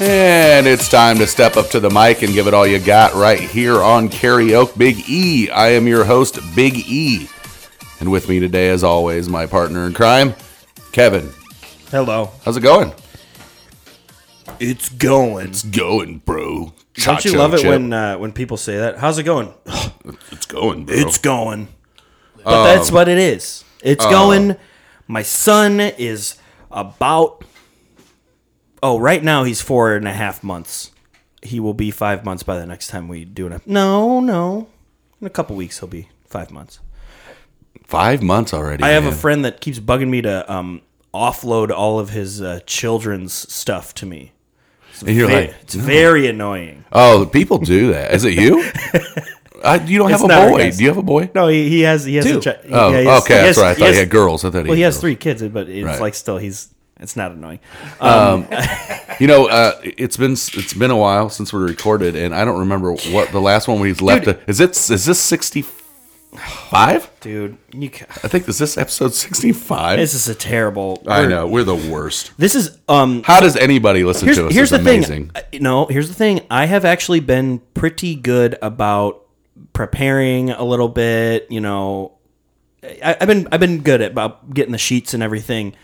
And it's time to step up to the mic and give it all you got right here on Karaoke Big E. I am your host, Big E. And with me today, as always, my partner in crime, Kevin. Hello. How's it going? It's going. It's going, bro. Don't you love it when uh, when people say that? How's it going? it's going, bro? It's going. Um, uh, But that's what it is. It's going. My son is about. Oh, right now he's four and a half months. He will be five months by the next time we do an. ep- No, no. In a couple weeks he'll be five months. five months already. I have a man. friend that keeps bugging me to um, offload all of his uh, children's stuff to me. and you're Ve- like, it's very annoying. oh, people do that. Is it you? I, you don't have It's a not our boy. guest. Do you have a boy? No, he, he has he has Two. a chi- he- Oh, yeah, he okay. has- That's he has- right. I thought he has- had girls. I thought Well, he, he had has girls. three kids, but it's Right. like still he's it's not annoying. You know, uh, it's been it's been a while since we recorded, and I don't remember what the last one we've left. Dude. Is it is this sixty five? Dude, you ca- I think is this episode sixty five. this is a terrible. I we're- know we're the worst. This is um. How does anybody listen Here's, to us? here's the it's amazing. thing. I- No, here's the thing. I have actually been pretty good about preparing a little bit. You know, I, I've been I've been good at about getting the sheets and everything.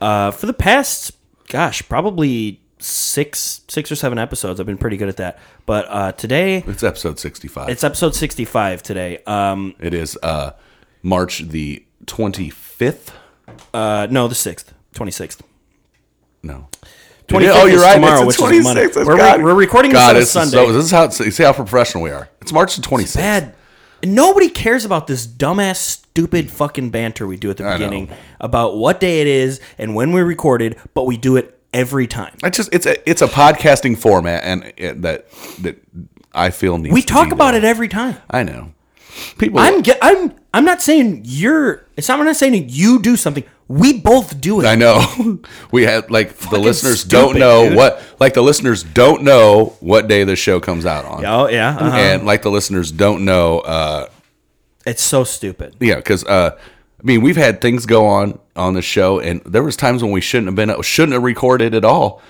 Uh, for the past, gosh, probably six six or seven episodes, I've been pretty good at that. But uh, today, It's episode sixty five. It's episode 65 today. Um, It is uh, March the twenty fifth. uh, no, the 6th, 26th. No. 25th oh, you're is right. tomorrow, it's which the is 26th. Monday. That's We're re- God. we're recording this God, on a is Sunday. So, this is how it's- you see how professional we are. It's March the 26th. Bad. And nobody cares about this dumbass, stupid fucking banter we do at the know. beginning about what day it is and when we recorded, but we do it every time. I just it's a it's a podcasting format, and it, that that I feel needs. We to be talk about there. it every time. I know. People. I'm ge- I'm I'm not saying you're. It's not, I'm not saying you do something. We both do it. I know. we had like the listeners don't stupid, know dude. what like the listeners don't know what day the show comes out on. Oh yeah, uh-huh. And like the listeners don't know, uh, it's so stupid. yeah, because uh, I mean we've had things go on on the show, and there was times when we shouldn't have been shouldn't have recorded at all.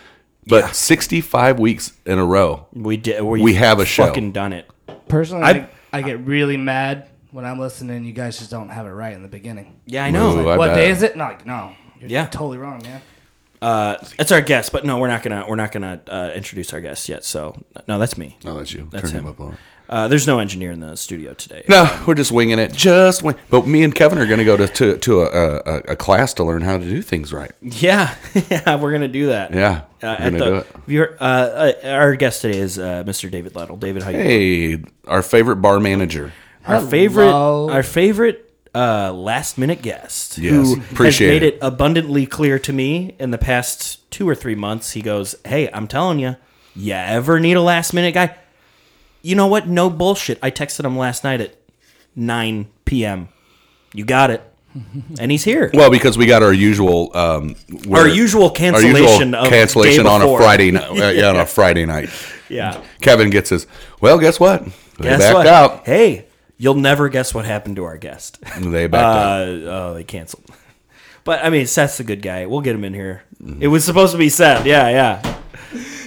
But sixty five weeks in a row, We did. We, We have a show. fucking done it. Personally, I- I, I, get really mad when I'm listening. and You guys just don't have it right in the beginning. Yeah, I know. Ooh, I what bet. day is it? No, like, no, you're Yeah. totally wrong, man. Uh, that's our guest, but no, we're not gonna we're not gonna uh, introduce our guest yet. So no, that's me. I'll let you That's turn him him. up low. Uh, there's no engineer in the studio today. No, we're just winging it. Just wing. But me and Kevin are going to go to to, to a, a, a class to learn how to do things right. Yeah, yeah, we're gonna do that. Yeah, uh, we're at gonna the, do it. Your, uh, uh, our guest today is uh, Mr. David Lytle. David, how you? Hey, our favorite bar manager. Our favorite, Hello. our favorite uh, last minute guest Yes, who appreciate has made it. it. abundantly clear to me in the past two or three months. He goes, "Hey, I'm telling you, you ever need a last minute guy? You know what? No bullshit. I texted him last night at 9 p.m. You got it, and he's here. Well, because we got our usual um, our we're- usual our cancellation usual of cancellation day on a before. Friday night. Uh, yeah, on a Friday night. Yeah. Kevin gets his. Well, guess what? They Guess backed what? out. Hey, you'll never guess what happened to our guest. They backed out. Uh, oh, they canceled. But I mean, Seth's a good guy. We'll get him in here. It was supposed to be Seth. Yeah, yeah,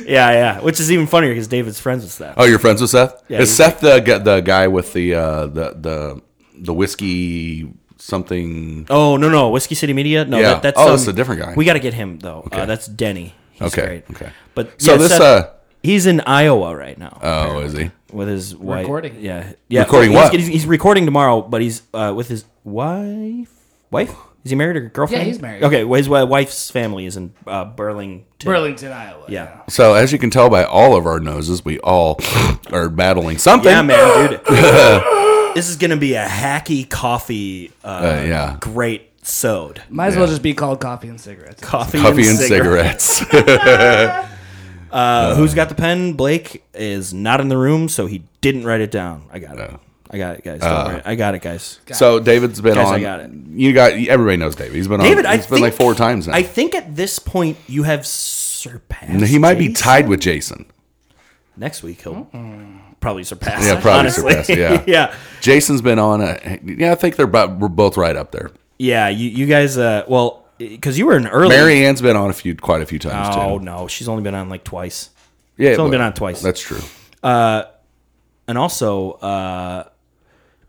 yeah, yeah. Which is even funnier because David's friends with Seth. Oh, you're friends with Seth? Yeah, Is he's Seth the the the guy with the uh, the the the whiskey something? Oh no, no, Whiskey City Media. No, Yeah. that, that's um, Oh, that's a different guy. We got to get him though. Uh, that's Denny. He's Okay, great. okay. But So yeah, this, Seth- uh, he's in Iowa right now. Oh, is he? with his wife. Recording. Yeah, yeah. Recording he's, what? He's, he's recording tomorrow, but he's uh, with his wife. Wife? Is he married or girlfriend? Yeah, he's married. Okay, well, his wi- wife's family is in uh, Burlington. Burlington, Iowa. Yeah. So as you can tell by all of our noses, we all are battling something. Yeah, man, dude. this is gonna be a hacky coffee. Uh, Uh, yeah. Great sewed Might as well just be called coffee and cigarettes. coffee, Coffee and, and cigarette. cigarettes. Uh, who's got the pen? Blake is not in the room, so he didn't write it down. I got it. I got it, guys. Uh, Don't worry. I got it, guys. so David's been Guys, I on. got it. You got everybody knows David. He's been David, on. I He's been like think- four times now. I think at this point you have surpassed. And he might be Jason. tied with Jason. next week he'll probably surpass. Yeah, it, probably honestly. surpass it, yeah. yeah, Jason's been on. A, yeah, I think they're about, we're both right up there. yeah. You you guys, uh, well, because you were an early. Mary Ann's been on a few, quite a few times oh too. no, she's only been on like twice. Yeah, it's only well, been on twice. That's true. and also, uh,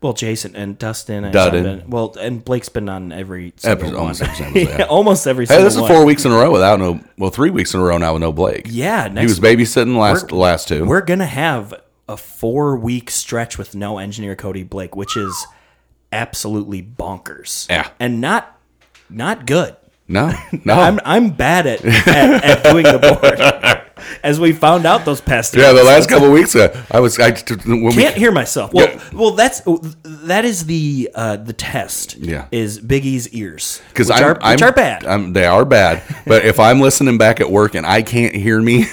well, Jason and Dustin and Dudden. Been, well, and Blake's been on every Epi- single one. almost every single one, yeah. Yeah, almost every Hey, single this is one. four weeks in a row without no. Well, three weeks in a row now with no Blake. Yeah, next he was babysitting last last 2 we're gonna have a four week stretch with no engineer Cody Blake, which is absolutely bonkers. Yeah. Oh. and not not good. no, no. I'm I'm bad at, at, at doing the board, as we found out those past. two yeah, the weeks. last couple weeks, uh, I was I t- when we- can't hear myself. Well, Yeah. well, that's oh, that is the uh, the test. Yeah. is Biggie's ears because which I'm, are, which I'm- are bad. I'm- they are bad. But if I'm listening back at work and I can't hear me,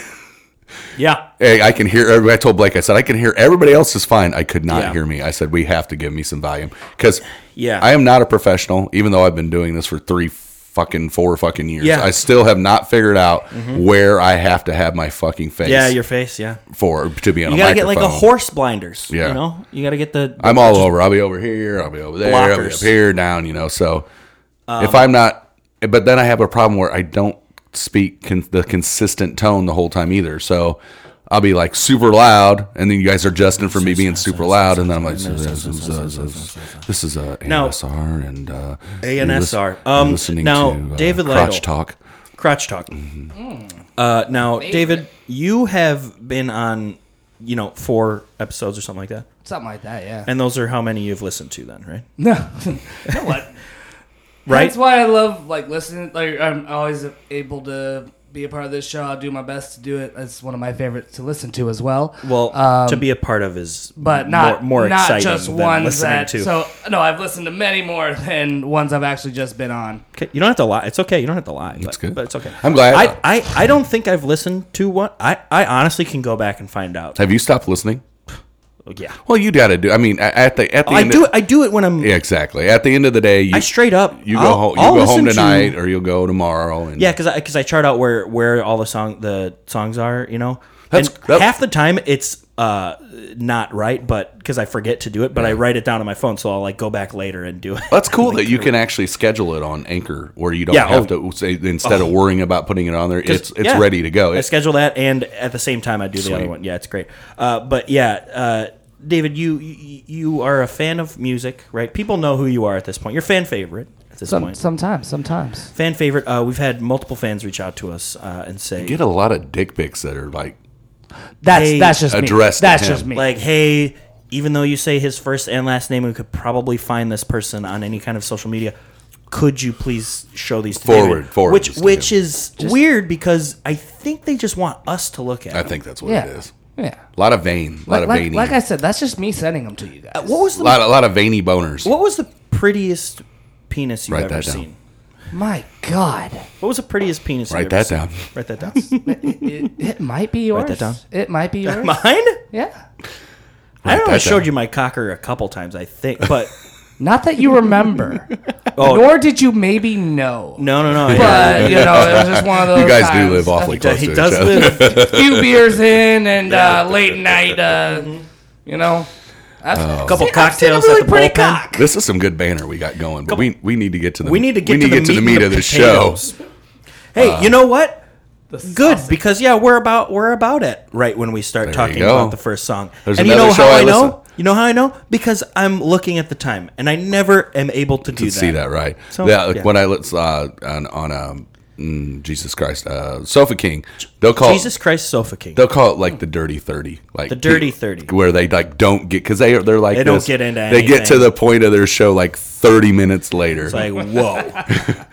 yeah, hey, I can hear. everybody- I told Blake, I said I can hear everybody else is fine. I could not Yeah. hear me. I said we have to give me some volume because Yeah. I am not a professional, even though I've been doing this for three fucking four fucking years. Yeah. Mm-hmm. I still have not figured out where I have to have my fucking face. yeah, your face. Yeah, for to be on you a gotta microphone. get like a horse blinders. Yeah. you know, you gotta get the. I'm all over. I'll be over here. I'll be over there. I'll be up Blockers. Um, here, down. You know. So if I'm not, but then I have a problem where I don't speak con- the consistent tone the whole time either. So I'll be like super loud, and then you guys are adjusting for me being super loud, and then I'm like, this is uh, a Now- ANSR and uh, ANSR. you're Um, you're listening now, to, uh, David crotch Lytle. talk. crotch talk. Mm-hmm. Uh, now, David, you have been on, you know, four episodes or something like that, Something like that, yeah. and those are how many you've listened to, then, right? No, you know what? Right? That's why I love like listening. Like I'm always able to be a part of this show. I'll do my best to do it. It's one of my favorites to listen to as well. Well, Um, to be a part of is, but not more, more not exciting just than ones listening that. to. So no, I've listened to many more than ones I've actually just been on. Okay, you don't have to lie. It's okay. You don't have to lie. But, That's good. but it's okay. I'm glad- I, I, I don't think I've listened to one. I, I honestly can go back and find out. Have you stopped listening? Yeah. Well, you got to do. I mean, a- at the at the Oh, I end do Of, it. I do it when I'm. yeah, exactly. At the end of the day, you I straight up. You go I'll- home. You I'll go home listen to- tonight, or you'll go tomorrow. And Yeah, because I, 'cause I chart out where, where all the song the songs are, you know. That's- and that- half the time it's uh not right, but because I forget to do it, but I write it down on my phone, so I'll like go back later and do it. that's cool that you can actually schedule it on Anchor, where you don't Yeah, oh. have to say instead of worrying about putting it on there. It's it's Yeah. ready to go. I It- schedule that, and at the same time I do the other one. Yeah, it's great. Uh, but yeah, uh, David, you, you you are a fan of music, right? People know who you are at this point. You're fan favorite at this point. sometimes, sometimes. fan favorite. Uh, we've had multiple fans reach out to us uh, and say, you get a lot of dick pics that are like, That's Hey, that's just address to me. That's him. just me. like, hey, even though you say his first and last name, we could probably find this person on any kind of social media. Could you please show these to Forward, David? forward which this to which him. is weird because I think they just want us to look at. I it. think that's what yeah, it is. yeah. A lot of vein, a lot Like, of like, veiny, like I said, that's just me sending them to you guys. What was a the lot of lot of veiny boners. what was the prettiest penis you've Write ever that down. seen? My God, What was the prettiest penis? Write you've ever that seen? down. Write that down. it, it might be yours. Write that down. It might be yours. Mine? yeah. I that only showed down. you my cocker a couple times, I think, but oh, Not that you remember. Oh. Nor did you maybe know. no, no, no. yeah. But you know, it was just one of those. you guys times. do live awfully He close does, he to each does other. live. Few beers in and uh, late night. Uh, you know, I've, A couple I've seen a cocktails really at the pretty bullpen. cock. This is some good banner we got going, but we, we need to get to the We need to get to, the, meat meat and of the show. Uh, potatoes. Hey, you know what? Good because yeah, we're about we're about it right when we start talking go. about the first song. There's and you know another show how I I, listen- know? You know how I know? Because I'm looking at the time, and I never am able to do that. see that right. So- yeah, like yeah. when I let's uh, on on um, mm, Jesus Christ, uh, Sofa King, they'll call Jesus Christ, Sofa King. They'll call it like Oh. the dirty thirty, like the dirty 30. where they like don't get because they they're like They don't this- get into They get to anything. the point of their show like thirty minutes later. It's like, whoa.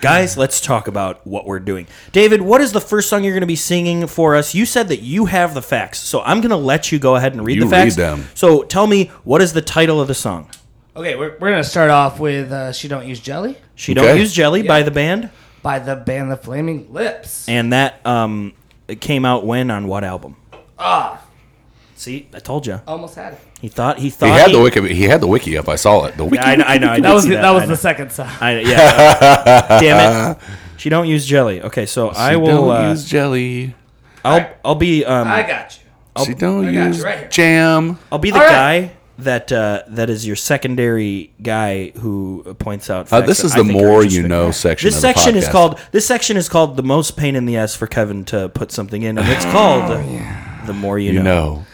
Guys, let's talk about what we're doing. David, what is the first song you're going to be singing for us? You said that you have the facts, so I'm going to let you go ahead and read You the facts. read them. So tell me, what is the title of the song? Okay, we're, we're gonna start off with uh, "She Don't Use Jelly" She Okay. Don't Use Jelly by the band. by the band The Flaming Lips. And that um, it came out when on what album? Ah, See, I told you. almost had it. He thought he thought he had the wiki. He had the wiki up. I saw it. The wiki. I know, I know. I did That was see the, that was I the know. second song. I, yeah. Damn it. She don't use jelly. Okay, so I She will. don't Uh, use jelly. I'll. I'll be. Um, I got you. She don't I got you use right here. jam. Uh, I'll be the All guy right. that uh, that is your secondary guy who points out. Uh, facts this that is I the think are more you interesting. know section. This of the section is podcast. called. This section is called the most pain in the ass for Kevin to put something in, and it's called The more you, Oh, You know. know.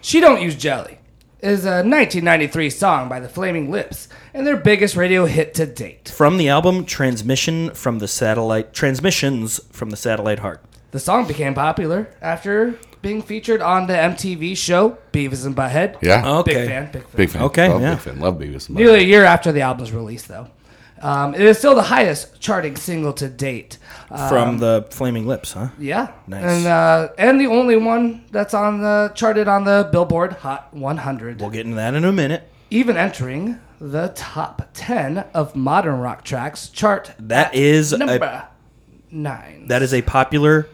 She Don't Use Jelly is a 1993 song by the Flaming Lips and their biggest radio hit to date. From the album Transmission from the Satellite Transmissions from the Satellite Heart. The song became popular after being featured on the MTV show Beavis and Butthead. Yeah. Okay. Big fan, big fan. Big fan. Okay, Love yeah. Big fan. Love Beavis. and Nearly Butthead. a year after the album's release, though. Um, it is still the highest charting single to date. Uh, From the Flaming Lips, huh? yeah, Nice. and uh, and the only one that's on the charted on the Billboard Hot 100, We'll get into that in a minute. even entering the top 10 of modern rock tracks chart. That is uh, number a nine. that is a popular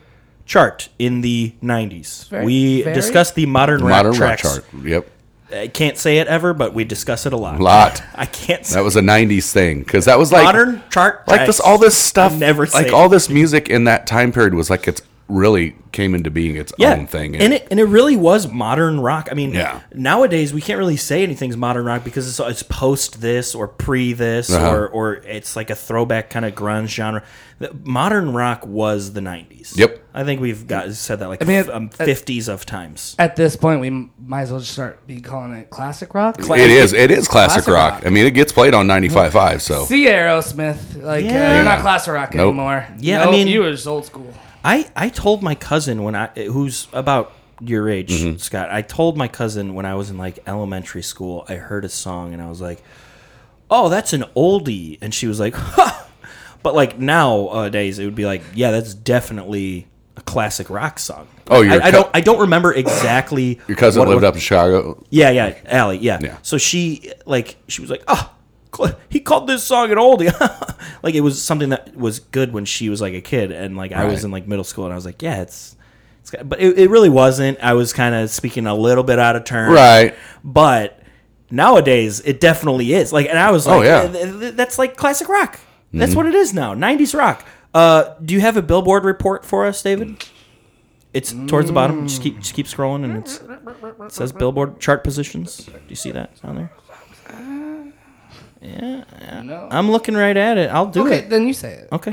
chart in the 90s. Very- we very- discussed the modern, Modern rock rock tracks. chart. Yep. I can't say it ever, but we discuss it a lot. Lot. I can't say That was a '90s thing because that was like modern chart like this tracks. all this stuff I never say like it. all this music in that time period was like it's really came into being its own thing And it and it really was modern rock. I mean, Yeah. nowadays we can't really say anything's modern rock because it's, it's post this or pre this Uh-huh. or or it's like a throwback kind of grunge genre. The- modern rock was the '90s. Yep. I think we've got said that like mean, f- it- um, it- 50s of times. At this point, we m- might as well just start be calling it classic rock. it is it is classic, Classic rock. rock. I mean it gets played on 95.5 so See Aerosmith, like Yeah. uh, you're not classic rock Nope. anymore. Yeah, I Nope, mean- you were just old school. I I told my cousin when I who's about your age, Mm-hmm. Scott. I told my cousin when I was in like elementary school, I heard a song and I was like, "Oh, that's an oldie," and she was like, "Huh." But like nowadays, it would be like, "Yeah, that's definitely a classic rock song." Oh, your I, I cou- don't I don't remember exactly your cousin what it lived was- up in Chicago Yeah, yeah, Allie, yeah. Yeah. So she like she was like, "Oh, cl- he called this song an oldie." like it was something that was good when she was like a kid, and like I was Right. in like middle school, and I was like, "Yeah, it's." it's got-" But it, it really wasn't. I was kind of speaking a little bit out of turn, right But nowadays, it definitely is. Like, and I was like, Oh, yeah. Mm-hmm. "Eh, th- th- that's like classic rock. That's what it is now. '90s rock." Uh, do you have a Billboard report for us, David? It's towards the bottom. Just keep just keep scrolling, and it's it says Billboard chart positions. Do you see that on there? No. I'm looking right at it. I'll do okay, it. then you say it. Okay.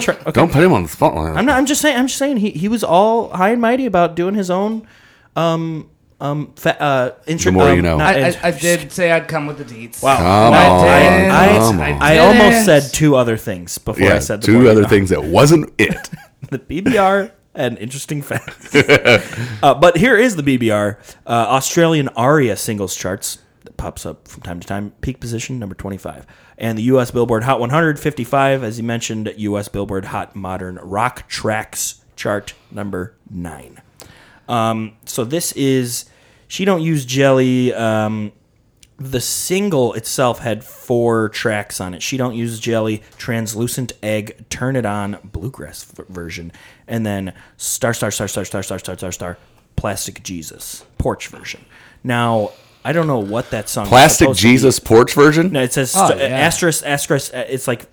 Tra- okay. don't put him on the spotlight I'm not. I'm just saying. I'm just saying. He he was all high and mighty about doing his own. Um. Um. Fa- uh. Intro, The more um, you know. not I, I, int- I did say I'd come with the deeds. Wow. Come I, on, did- I, come I, on. I almost Didn't. said two other things before I yeah said the two more other you know. things that wasn't it the BBR and interesting facts. uh, but here is the BBR uh, Australian ARIA singles charts that pops up from time to time. Peak position number 25. And the US Billboard Hot 100, 55, as you mentioned, US Billboard Hot Modern Rock Tracks chart number 9. Um, so this is She Don't Use Jelly. Um, the single itself had four tracks on it she don't use jelly translucent egg turn it on bluegrass v- version and then star star star star star star star star star plastic jesus porch version now i don't know what that song is plastic supposed to be. Jesus porch version no it says Oh, st- yeah. asterisk asterisk uh, it's like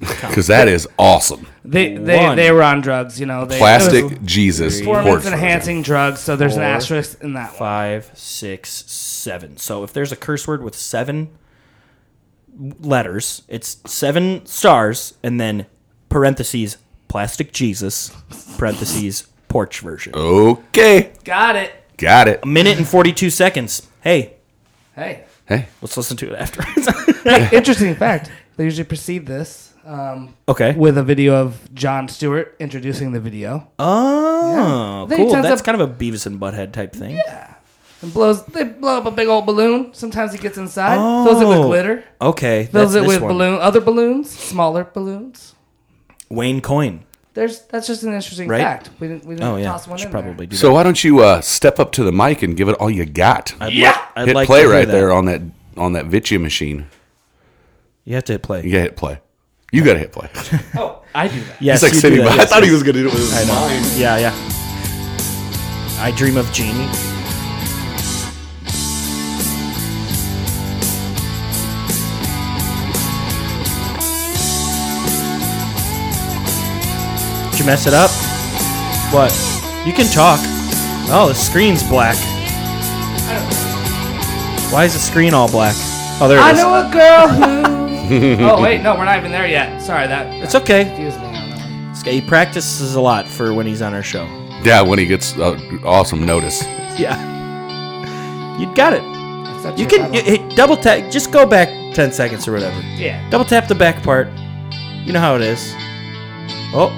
because that is awesome They they, One. they were on drugs, you know. They, it was plastic Jesus porch Performance version enhancing drugs, so there's an Four, asterisk in that one. five, six, seven. So if there's a curse word with seven letters, it's seven stars and then parentheses plastic Jesus parentheses porch version. Oh. okay Got it. got it A minute and forty two seconds. Hey, Hey. hey let's listen to it after. Interesting fact. They usually precede this um, okay. with a video of John Stewart introducing the video. Oh, Yeah. They cool. tend to- That's kind of a Beavis and Butthead type thing. And blows they blow up a big old balloon. Sometimes he gets inside, fills it with Oh. glitter, Okay, fills that's it this with one. balloon other balloons, smaller balloons. Wayne Coyne. There's that's just an interesting Right? fact. We didn't we didn't Oh yeah, toss one should in probably do so why don't you uh, step up to the mic and give it all you got that. I'd Yeah! like- I'd hit like to play hear right that. there on that on that Vicia machine. You have to hit play. You gotta hit play. You gotta hit play. He's there. Oh, I do that. Yes, like you do sitting that. back. I Yes, thought yes. he was gonna do it with his mind. Yeah, yeah. I dream of Jeannie. Did you mess it up? What? You can talk. Oh, the screen's black. Why is the screen all black? Oh, there I it is. know a girl who. oh wait, no, we're not even there yet. Sorry, that It's okay. confused me. on that one. He practices a lot for when he's on our show. Yeah, when he gets uh, awesome notice. Yeah. You got it. That's not You your can you, title. hey, double tap. Just go back ten seconds or whatever. yeah. Double tap the back part. You know how it is. Oh,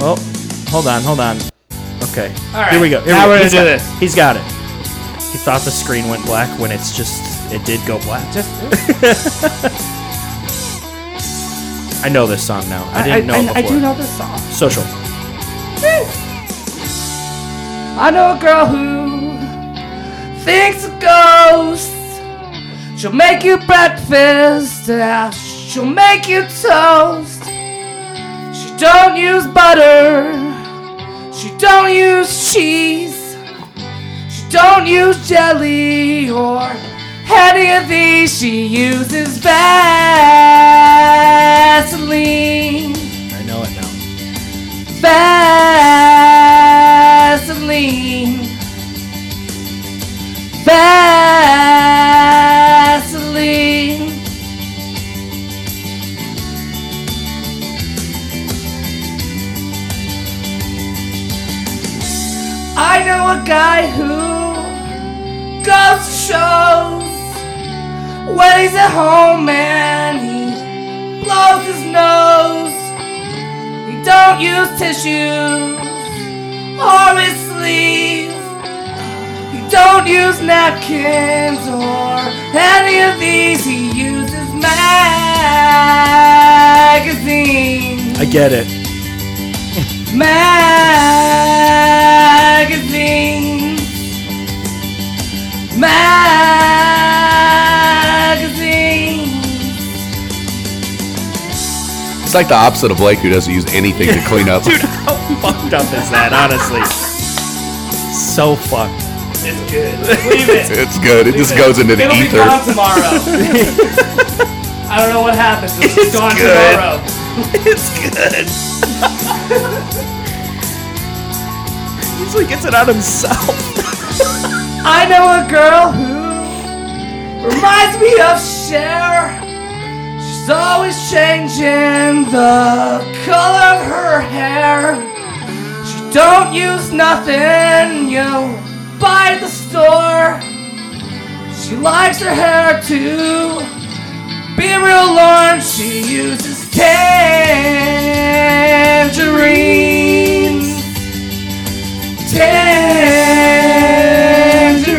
oh, hold on, hold on. Okay. All right, Here we go. Here now we go. we're gonna He's do got- this. He's got it. He thought the screen went black when it's just it did go black. Just I know this song now. I didn't know I, it before. I do know this song. Social. I know a girl who thinks a ghost. She'll make you breakfast. yeah, She'll make you toast. She don't use butter. She don't use cheese. She don't use jelly or any of these. She uses Vaseline. I know it now. Vaseline. Vaseline. I know a guy who goes to shows when he's at home and he blows his nose. He don't use tissues or his sleeves. He don't use napkins or any of these. He uses magazines. I get it. Magazines. Magazines. It's like the opposite of Blake, who doesn't use anything to clean up. Dude, how fucked up is that? Honestly, so fucked. It's good. Leave it. it's good. It just goes into the It'll be ether. gone tomorrow. I don't know what happens. It's, just gone good. tomorrow. It's good. Usually gets it on himself. I know a girl who reminds me of Cher. She's always changing the color of her hair. She don't use nothing you buy at the store. She likes her hair to be real orange. She uses tangerines.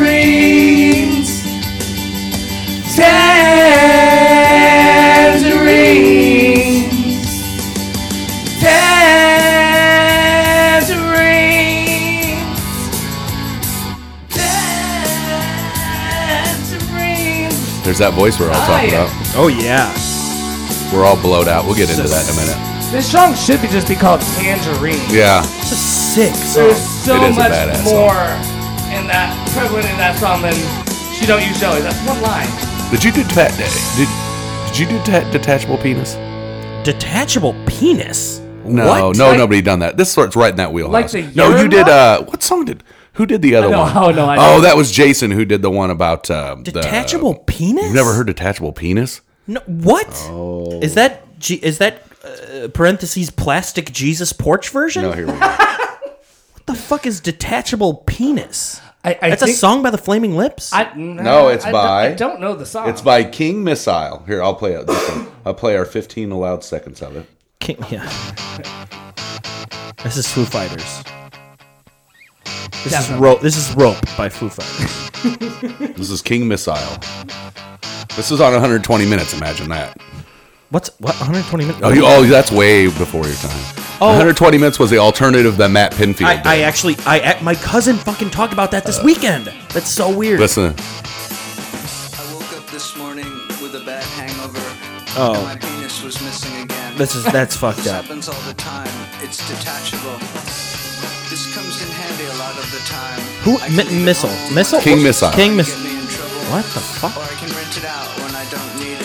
Tangerines. Tangerines. Tangerines. Tangerines. There's that voice we're all talking yeah. about. Oh yeah. We're all blowed out. We'll get into that in a minute. This song should be just be called Tangerine. Yeah. It's a sick song. There's so It is a much badass more in that prevalent in that song than she don't use jelly. That's one line. Did you do tat? Did, did you do ta- detachable penis? Detachable penis. No, What? no, Like- nobody done that. This sort's right in that wheelhouse. Like the no, you urine did. one? Uh, what song did? Who did the other know- one? oh, no, I oh, know. that was Jason who did the one about uh, the- Detachable penis. You've never heard Oh. detachable penis? No, what? Is that G- is that uh, parentheses plastic Jesus porch version? No, here we go. What the fuck is detachable penis? I, I That's a think- song by the Flaming Lips. I, No, it's I by- Don't, I don't know the song. it's by King Missile. Here, I'll play it. This one. I'll play our 15 allowed seconds of it. King, yeah. This is Foo Fighters. This is rope. This is rope by Foo Fighters. This is King Missile. This is on 120 minutes. Imagine that. What's what? 120 minutes. Oh, you, oh that's way before your time. Oh. 120 minutes was the alternative that Matt Pinfield I, did. I actually, I ac- my cousin fucking talked about that this weekend. That's so weird. Uh, Listen, I woke up this morning with a bad hangover. Oh. And my penis was missing again. This is that's fucked This up. happens all the time. It's detachable. This comes in handy a lot of the time. Who? I can leave Mi- it missile. home. Missile. King Missile. King Get missile. me in trouble. What the fuck? Or I can rent it out when I don't need it.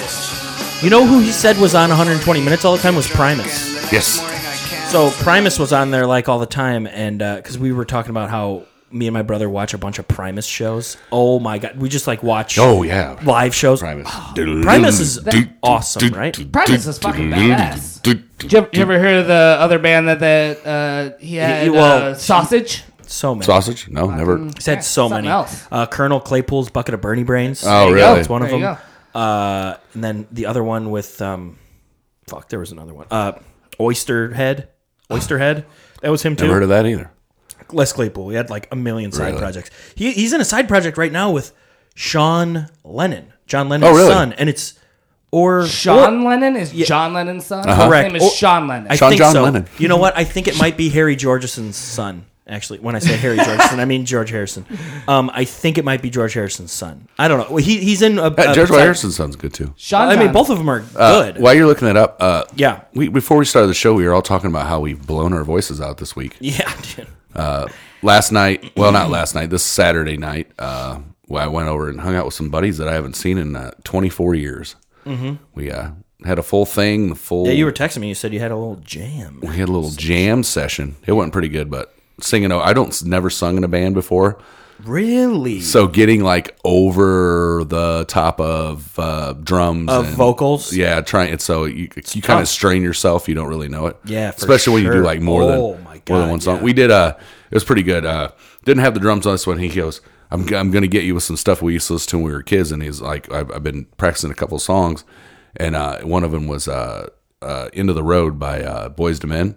You know who he said was on 120 minutes all the time was Primus. And the next Yes. morning I can't. So Primus was on there like all the time, and because we were talking about how me and my brother watch a bunch of Primus shows. Oh my god, we just like watch. Oh, yeah. live shows. Primus. Primus is awesome, right? Primus is fucking badass. Did you, ever, you ever hear the other band that that uh, he had? well, uh, sausage. So many. Sausage? No, never. I said so something many. else. Uh, Colonel Claypool's bucket of Bernie brains. Oh, you really? That's one of There you them. Uh, and then the other one with um, fuck, there was another one. Uh, Oyster Head. Oyster Head. That was him too. Never heard of that either. Les Claypool. He had like a million side Really? projects. He, he's in a side project right now with Sean Lennon, John Lennon's Oh, really? son, and it's or Sean or- Lennon is John Lennon's son. Uh-huh. Correct. His name Or- is Sean Lennon. I Sean think John so. Lennon. You know what? I think it might be Harry Georgeson's son. Actually, when I say Harry Georgeson, I mean George Harrison. Um, I think it might be George Harrison's son. I don't know. Well, He, he's in a, Uh, a- George Harrison sounds good too. Sean. I mean, John. both of them are good. Uh, While you're looking that up, uh, yeah, we before we started the show, we were all talking about how we've blown our voices out this week. Uh, yeah. dude. last night well not last night this saturday night uh well, i went over and hung out with some buddies that i haven't seen in uh, 24 years mm-hmm. we uh had a full thing the full Yeah, you were texting me. You said you had a little jam. we had a little jam session it went pretty good but singing i don't never sung in a band before Really? so getting like over the top of uh drums Of and- vocals? yeah trying it's so you, you kind of tough. strain yourself you don't really know it Yeah, for especially when you sure. do like more than Oh, my more than God, one song yeah. we did uh it was pretty good uh didn't have the drums on this one he goes i'm, g- I'm gonna get you with some stuff we used to listen to when we were kids and he's like i've, I've been practicing a couple songs and uh one of them was uh uh into the road by uh boys to men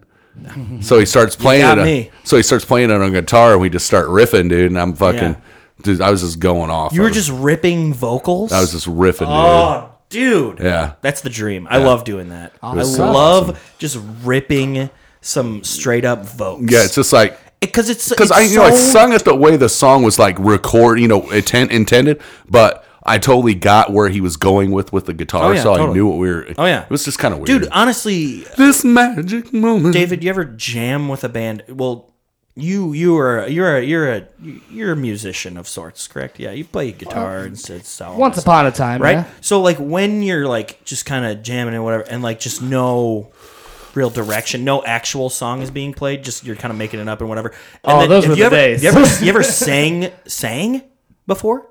so he starts playing got it. on- me. So he starts playing it on guitar, and we just start riffing, dude. And I'm fucking, Yeah. dude. I was just going off. You I were was- just ripping vocals. I was just riffing, dude. Oh, dude. Yeah. That's the dream. I love doing that. Awesome. I love just ripping some straight up votes. Yeah, it's just like because it's because because I, you know, I so, sung it the way the song was like record, you know, intent intended, but I totally got where he was going with with the guitar, Oh, yeah, so I totally. knew what we were. Oh, yeah. it was just kind of weird, dude. Honestly, This magic moment, David, you ever jam with a band? Well, you you are you're a you're a you're a musician of sorts, correct? Yeah, you play guitar and said so. Uh, Once upon a time, right? yeah. So like when you're like just kind of jamming and whatever, and like just no real direction, no actual song is being played, just you're kind of making it up and whatever. And Oh, those have were you the ever, days. You ever, you ever sang sang before?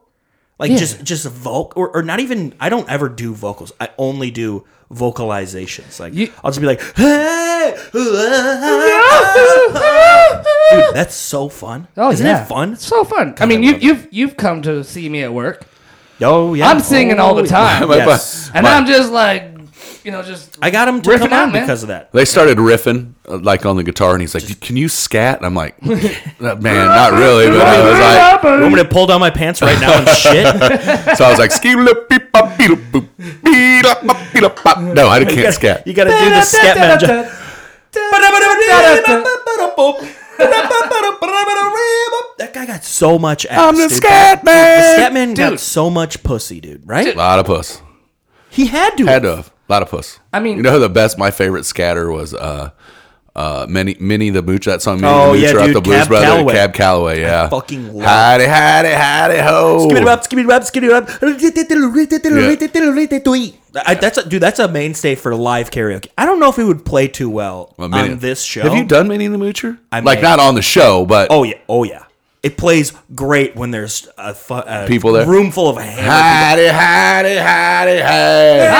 Like just just vocal or, or not even. I don't ever do vocals. I only do vocalizations. Like You- I'll just be like, hey, dude, that's so fun. Oh, Isn't yeah. it fun? It's so fun. I mean, you, you've you've come to see me at work. Oh yeah, I'm singing all the time, My- my- Yes. and my- I'm just like, you know, just I got him to Riffing come out, on man. because of that. They started riffing uh, like on the guitar, and he's like, "Can you scat?" And I'm like, "Man, not really." But I was like, You want me to pull down my pants right now and shit? So I was like, "Ski-lop-beep-bop-beep-bop-beep-lop-bop-beep-lop-bop." No, I can't scat. You got to do the scat man. jo- That guy got so much ass. I'm the dude. scat man. Scat man got so much pussy, dude. Right? Lot of puss. He had to. Had to have. Lot of puss. I mean- you know who the best? My favorite scatter was uh, uh, Minnie, Minnie the Mooch. That song, Minnie Oh, the Mooch, yeah, off dude, the Blues Cab Brother, Calloway. Cab Calloway. Yeah, fucking love- howdy, howdy, howdy, ho. Skibidi bop, skibidi bop, skibidi bop. I- That's a, dude. That's a mainstay for live karaoke. I don't know if he would play too well Well, Minnie- on this show. Have you done Minnie the Moocher? I like may. not on the show, but Oh yeah, oh yeah. It plays great when there's a, fu- a People there. room full of hammered howdy, howdy, howdy, hey.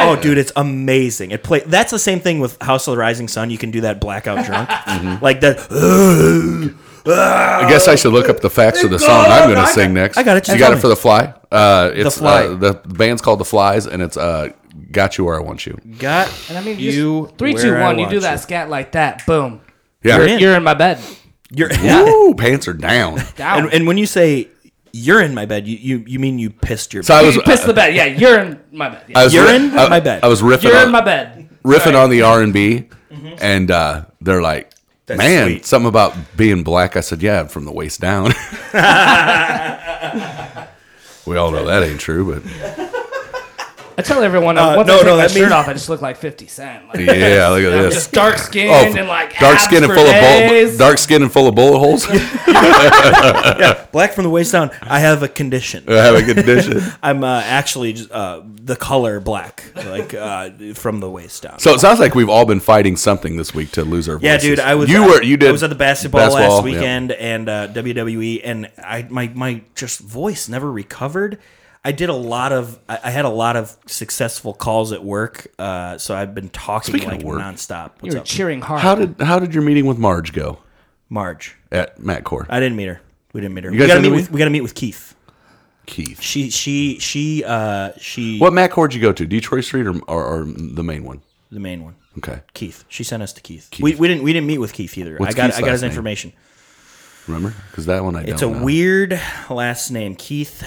Oh, dude, it's amazing. It play. That's the same thing with House of the Rising Sun. You can do that blackout drunk, like that. I guess I should look up the facts of the song I'm going to sing next. I got it. You Tell got it me. for the Fly. Uh, it's the, Fly. Uh, the band's called the Flies, and it's uh, "Got You Where I Want You." Got And I mean, you. you just, three, where two, I one. You want do that scat like that. Boom. Yeah, You're in. You're in my bed. You're, Ooh, pants are down. Down. and, and when you say you're in my bed, you you, you mean you pissed your. So I was uh, you piss the bed. Yeah, you're in my bed. Yeah. I was You're ri- in I- my bed. I was riffing you're on, in my bed. riffing on the R and B, and uh, they're like, "Man, sweet. something about being black." I said, "Yeah, from the waist down." we all know that ain't true, but I tell everyone Uh, uh, once no, I take no, my that shirt means- off, I just look like 50 Cent. Like, yeah, look at I'm this. Oh, just dark skinned and like dark skin and full of days. bullet, dark skin and full of bullet holes. black from the waist down. I have a condition. I have a condition. I'm uh, actually just, uh, the color black, like uh, from the waist down. So it sounds like we've all been fighting something this week to lose our voices. Yeah, dude, I was. You I- were. You did. I was at the basketball, last yeah. weekend and uh, WWE, and I my my just voice never recovered. I did a lot of. I, I had a lot of successful calls at work, uh, so I've been talking Speaking like of work. nonstop. What's You're up? cheering hard. How did How did your meeting with Marge go? Marge. at Matt Core. I didn't meet her. We didn't meet her. You we guys gotta meet didn't with meet? we gotta meet with Keith. Keith. She she she uh she What Matt Core'd you go to? Detroit Street or, or, or the main one? the main one. Okay. Keith. She sent us to Keith. We, we didn't we didn't meet with Keith either. What's I got Keith's I got his last name? information. Remember? Because that one I don't It's a know. weird last name, Keith.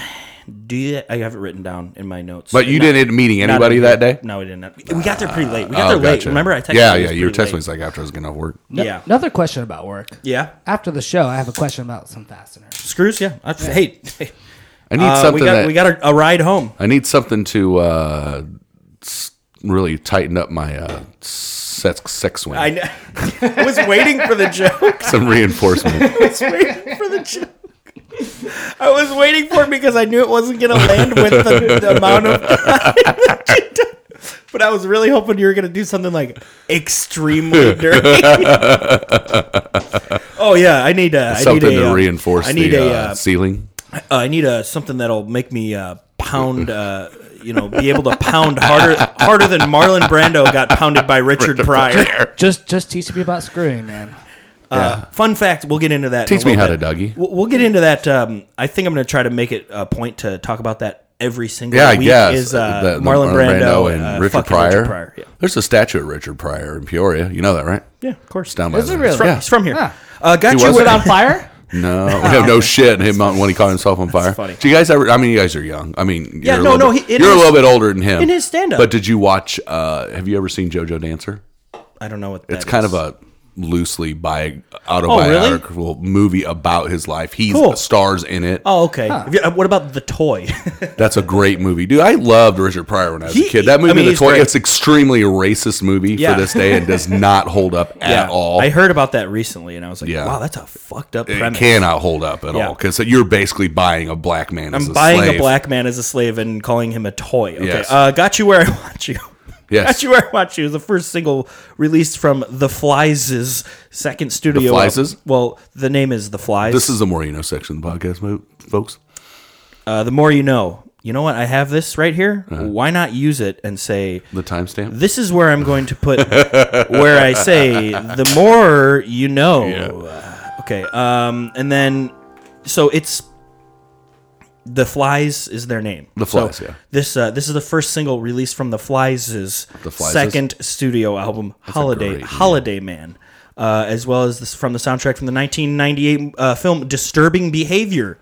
Do you, I have it written down in my notes? But you Not- didn't meeting not anybody in- that day? Oh, No, we didn't. We got there pretty late. We got there late. gotcha. Remember, I texted. Yeah, you, it yeah. was You were pretty texting me late. it's like after I was getting off work. Yeah. Another question about work. Yeah, After the show, I have a question about some fasteners. screws. Yeah, I, hey, hey, I need uh, we something got that we got a, a ride home. I need something to uh, s- really tighten up my uh, sex sex swing. I kn- was waiting for the joke. Some reinforcement. I was waiting for the joke. I was waiting for it because I knew it wasn't going to land with the, the amount of time. But I was really hoping you were going to do something like extremely dirty. oh yeah, I need uh, I something need a, to uh, reinforce I need the a, uh, uh, ceiling. Uh, I need uh, something that'll make me uh, pound. Uh, you know, be able to pound harder harder than Marlon Brando got pounded by Richard Pryor. Just just teach me about screwing, man. Uh, fun fact: We'll get into that. in a Teach me little how bit. to Dougie. We'll, we'll get into that. Um, I think I'm going to try to make it a point to talk about that every single Yeah, I week. guess is uh, The- the Marlon, Brando, and uh, Richard fucking Pryor. Yeah. There's a statue of Richard Pryor in Peoria. You know that, right? yeah, of course. It's down by Is the- it really? It's From, He's from here. Ah. Uh, got He you was with there. On fire? No, we have no shit in him on when he caught himself on fire. funny. Do you guys ever? I mean, you guys are young. I mean, Yeah, you're a no, little no, bit- he- in you're a his- little bit older than him in his stand-up. But did you watch? uh Have you ever seen JoJo Dancer? I don't know what It's kind of a loosely bi- autobiographical movie about his life. He Oh, Cool. stars in it. Oh, okay. Have you- uh, What about the toy? That's a great movie, dude. I loved Richard Pryor when I was He- a kid. That I movie, mean, The he's Toy, great. it's extremely a racist movie Yeah. for this day and does not hold up at all. I heard about that recently, and I was like, Yeah. "Wow, that's a fucked up it premise." cannot hold up at Yeah. all because you're basically buying a black man. as I'm a buying slave. a black man as a slave and calling him a toy. Okay, Yes. uh, got you where I want you. Yes. got you where I want you. Is the first single released from The Flies' second studio. Flies'? Well, the name is The Flies. This is the more you know section of the podcast, mo- folks. uh, the more you know. You know what? I have this right here. Uh-huh. Why not use it and say The timestamp. this is where I'm going to put where I say the more you know. Okay. Um, and then so it's the flies is their name. The Flies, So yeah. This uh, this is the first single released from the Flies' The Flies' second studio album, great Holiday name. Holiday Man. Uh, as well as this from the soundtrack from the 1998 uh, film Disturbing Behavior.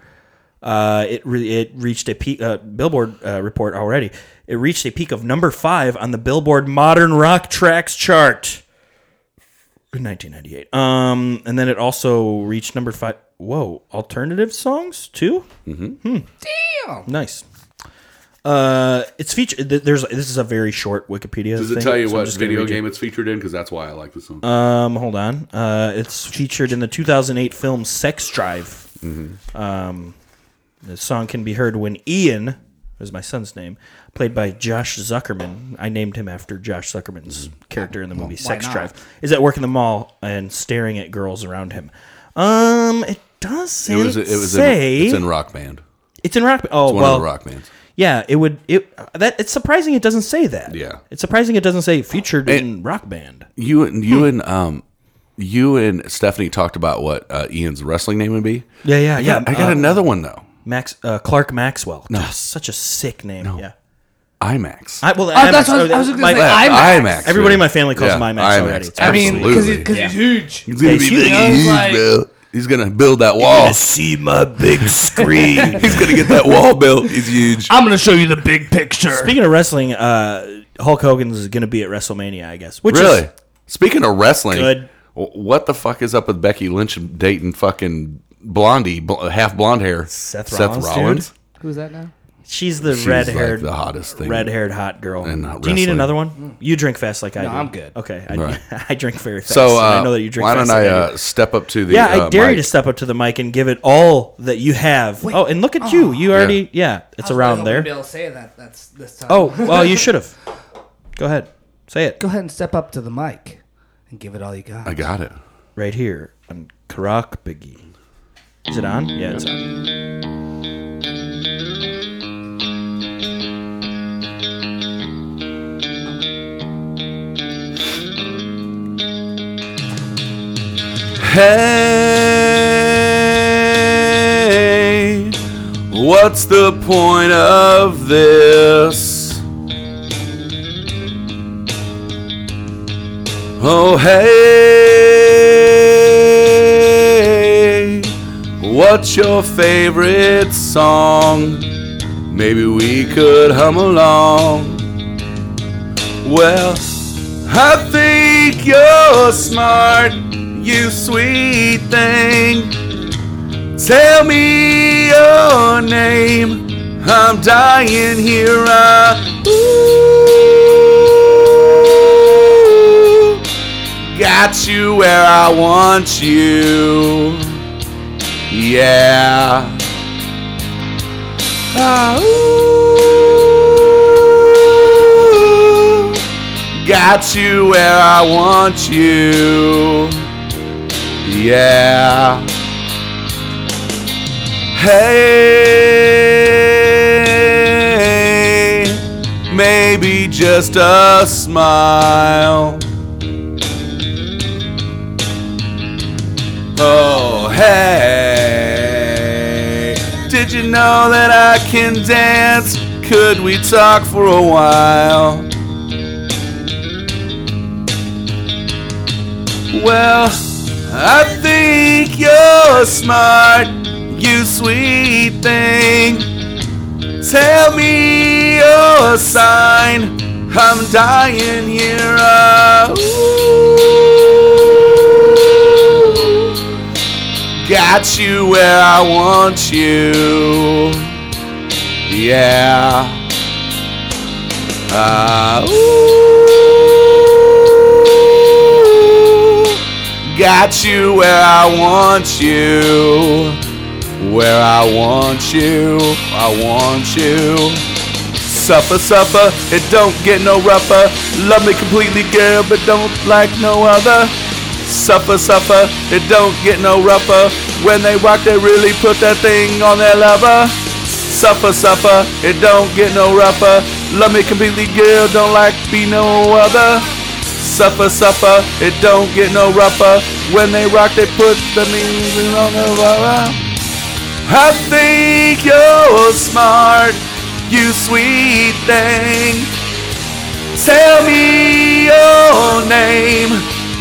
Uh, it re- it reached a peak uh, Billboard uh, report already. It reached a peak of number five on the Billboard Modern Rock Tracks chart in 1998. Um, and then it also reached number five. Whoa, alternative songs too. Mm-hmm. Damn, nice. Uh, it's featured. th- There's this is a very short Wikipedia. Does it thing, tell you so I'm what just gonna video read you- game it's featured in? Because that's why I like this song. Um, hold on. Uh, it's featured in the 2008 film Sex Drive. Mm-hmm. Um, the song can be heard when Ian, is my son's name, played by Josh Zuckerman. I named him after Josh Zuckerman's Mm-hmm. character in the movie Sex not? Drive. Is at work in the mall and staring at girls around him. Um, it doesn't it was. It was. say In, it's in Rock Band. it's in rock. Oh One well, of the Rock Bands. yeah. It would it that it's surprising it doesn't say that. Yeah. it's surprising it doesn't say featured in Rock Band. You and hmm. you and um, you and Stephanie talked about what uh, Ian's wrestling name would be. Yeah, yeah, yeah. uh, I got another one though. Max uh, Clark Maxwell. Just such a sick name. Yeah. IMAX. I, well, Oh, that's what I was- I was gonna say, I- Yeah, IMAX. Everybody in my family calls him IMAX IMAX. already. It's I mean, because Absolutely. because he's huge. He's gonna be He's big huge. and I was huge, like- bro. He's gonna build that wall. see my big screen. He's gonna get that wall built. He's huge. I'm gonna show you the big picture. Speaking of wrestling, uh, Hulk Hogan's is going to be at WrestleMania, I guess. Which Really? Is, Speaking of wrestling, Good. w- what the fuck is up with Becky Lynch and dating fucking blondie, bl- half blonde hair? Seth Rollins, dude. Who's that now? she's the She's red like haired, the hottest thing. red haired hot girl. Do you And not need wrestling. another one? You drink fast like I do. Mm. I'm good. Okay, I, Right. I drink very fast. So and uh, I know that you drink. why fast don't I like do. uh, step up to the? Yeah, uh, I dare mic. you to step up to the mic and give it all that you have. Oh, and look at you. You already, yeah, it's around there. Be able to say that. That's this time. Oh, well, you should have. Go ahead. Say it. go ahead and step up to the mic and give it all you got. I got it. Right here on Karak Biggie. Is it on? Yeah, it's on. Hey, what's the point of this? Oh, hey, what's your favorite song? Maybe we could hum along. Well, I think you're smart, you sweet thing. Tell me your name. I'm dying here. I ooh, got you where I want you. Yeah. Ah, ooh, got you where I want you. Yeah. Hey, maybe just a smile. Oh, hey. Did you know that I can dance? Could we talk for a while? Well, I think you're smart, you sweet thing. Tell me your sign. I'm dying here. Ah, ooh. Got you where I want you. Yeah. Ah, ooh. Got you where I want you. Where I want you. I want you. Suffer, suffer, it don't get no rougher. Love me completely, girl, but don't like no other. Suffer, suffer, it don't get no rougher. When they rock, they really put that thing on their lover. Suffer, suffer, it don't get no rougher. Love me completely, girl, don't like be no other. Suffer, suffer, it don't get no rougher. When they rock, they put the music on the lover. I think you're smart, you sweet thing. Tell me your name.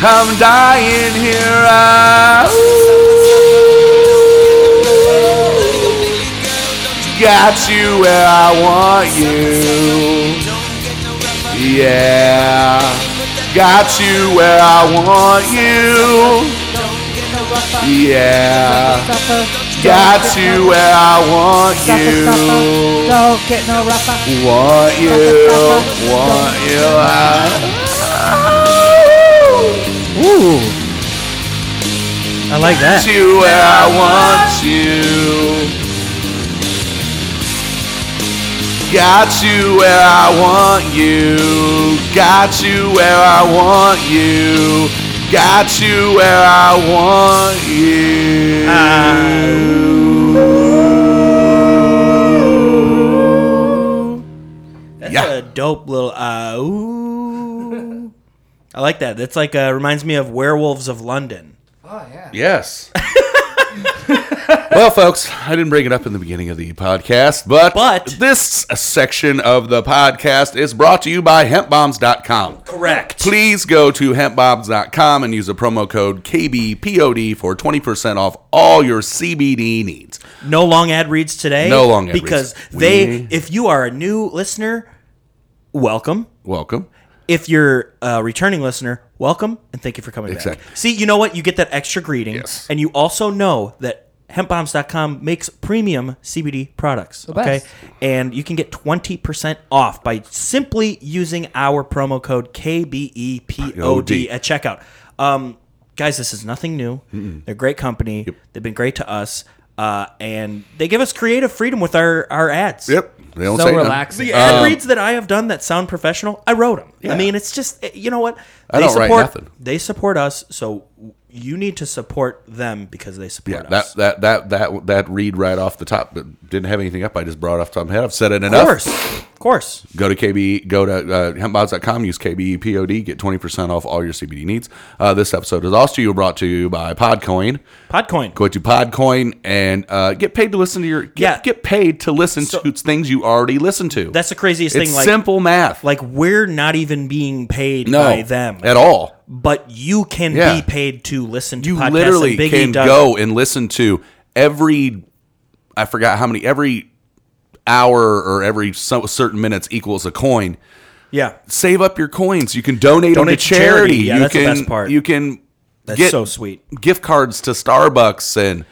I'm dying here. uh, I ooh, got you where I want you. Yeah, got you where I want you. Yeah, got you where I want you. Don't get no rougher. Want you, want you. I Ooh. I like want that. you where I want you. Got you where I want you. Got you where I want you. Got you where I want you. Ah, That's Yeah. a dope little uh ooh. I like that. That's like uh, reminds me of Werewolves of London. Oh, yeah. Yes. well, folks, I didn't bring it up in the beginning of the podcast, but, But- this section of the podcast is brought to you by hempbombs.com. Correct. Please go to hempbombs.com and use the promo code KBPOD for 20% off all your CBD needs. No long ad reads today. No long ad reads. because they We- if you are a new listener, welcome. Welcome. If you're a returning listener, welcome and thank you for coming Exactly. back. See, you know what? You get that extra greeting. Yes. And you also know that hempbombs.com makes premium CBD products. okay. best. And you can get 20% off by simply using our promo code E KBEPOD at checkout. Um, guys, this is nothing new. They're a great company. They've been great to us. Uh, and they give us creative freedom with our, our ads. Yep. They don't So say nothing. relaxing. The ad reads that I have done that sound professional, I wrote them. Um, Yeah. I mean, it's just eh, you know what I don't write support. nothing. They support us, so you need to support them because they Yeah, support that, us. that that that that read right off the top, but didn't have anything up. I just brought it off the top of my head. I've said it of enough. course, Of course. Go to KBE, go to uh, hempbods.com, use KBE POD, get 20% off all your CBD needs. Uh, this episode is also brought to you by Podcoin. Podcoin. Go to Podcoin and uh, get paid to listen to your get, Yeah. get paid to listen to things you already listen to. That's the craziest it's thing. Like, simple math. like we're not even being paid no, by them at all. but you can Yeah. be paid to listen to You podcasts. and literally Biggie can does go and listen to every I forgot how many every hour or every so, certain minutes equals a coin. Yeah, Save up your coins. You can donate, them to Donate to charity. charity. Yeah, you that's the can, best part. You can that's get so sweet. gift cards to Starbucks and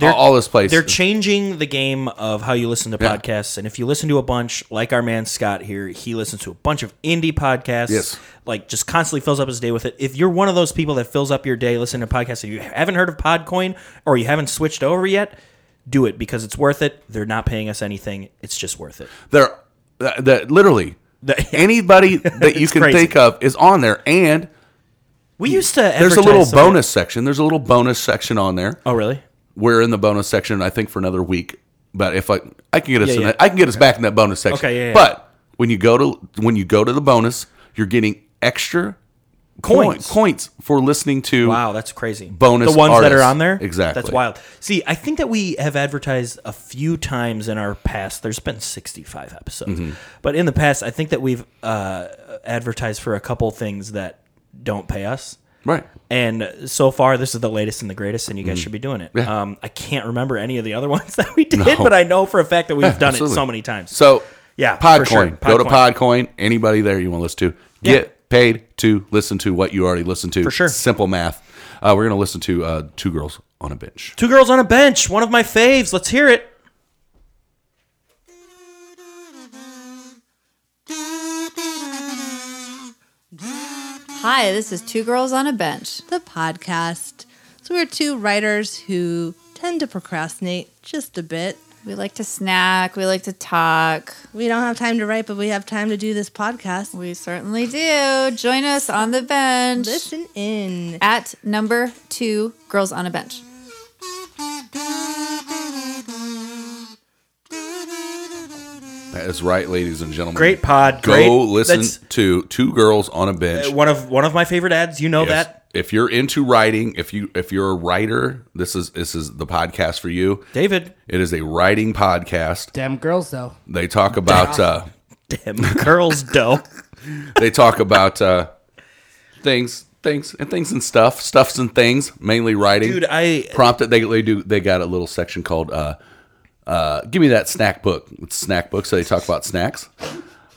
all, all this place. They're changing the game of how you listen to podcasts, and if you listen to a bunch, like our man Scott here, he listens to a bunch of indie podcasts. Yes. like just constantly fills up his day with it. If you're one of those people that fills up your day listening to podcasts, if you haven't heard of Podcoin or you haven't switched over yet. Do it because it's worth it. They're not paying us anything. It's just worth it. They're that, that literally That- anybody that you It's can crazy. think of is on there, and We used to. there's a advertise little some of bonus section. There's a little bonus section on there. that- Oh, really? we're in the bonus section I think for another week. But if I I can get us Yeah, in yeah. that, I can get us back in that bonus section. Okay, yeah, yeah. But when you go to when you go to the bonus, you're getting extra coins Coins. points for listening to Wow, that's crazy. Bonus the ones that artists. are on there. Exactly. that's wild. See, I think that we have advertised a few times in our past. There's been 65 episodes, Mm-hmm. but in the past, I think that we've uh, advertised for a couple things that don't pay us. right. And so far, this is the latest and the greatest, and you guys should be doing it. Mm. Yeah. Um, I can't remember any of the other ones that we did, but I know for a fact that we've done absolutely. it so many times. So Yeah, for Podcoin. sure. Go to Podcoin. Podcoin. Anybody there you want to listen to? Get paid to listen to what you already listened to. For sure. Simple math. Uh, we're gonna listen to uh, two girls on a bench. Two girls on a bench, one of my faves. Let's hear it. Hi, this is Two Girls on a Bench, the podcast. So, we're two writers who tend to procrastinate just a bit. We like to snack. We like to talk. We don't have time to write, but we have time to do this podcast. We certainly do. Join us on the bench Listen in. at number two, Girls on a Bench. That is right, ladies and gentlemen. Great pod. Go great. listen That's- to two girls on a bench. one of one of my favorite ads. You know Yes. that if you're into writing, if you if you're a writer, this is this is the podcast for you. David. It is a writing podcast. Damn girls, though. They talk about uh, Damn, curls dough. they talk about uh, things things and things and stuff stuffs and things mainly writing. Dude, I prompted they they do they got a little section called uh, uh, give me that snack book. It's snack book, so they talk about snacks.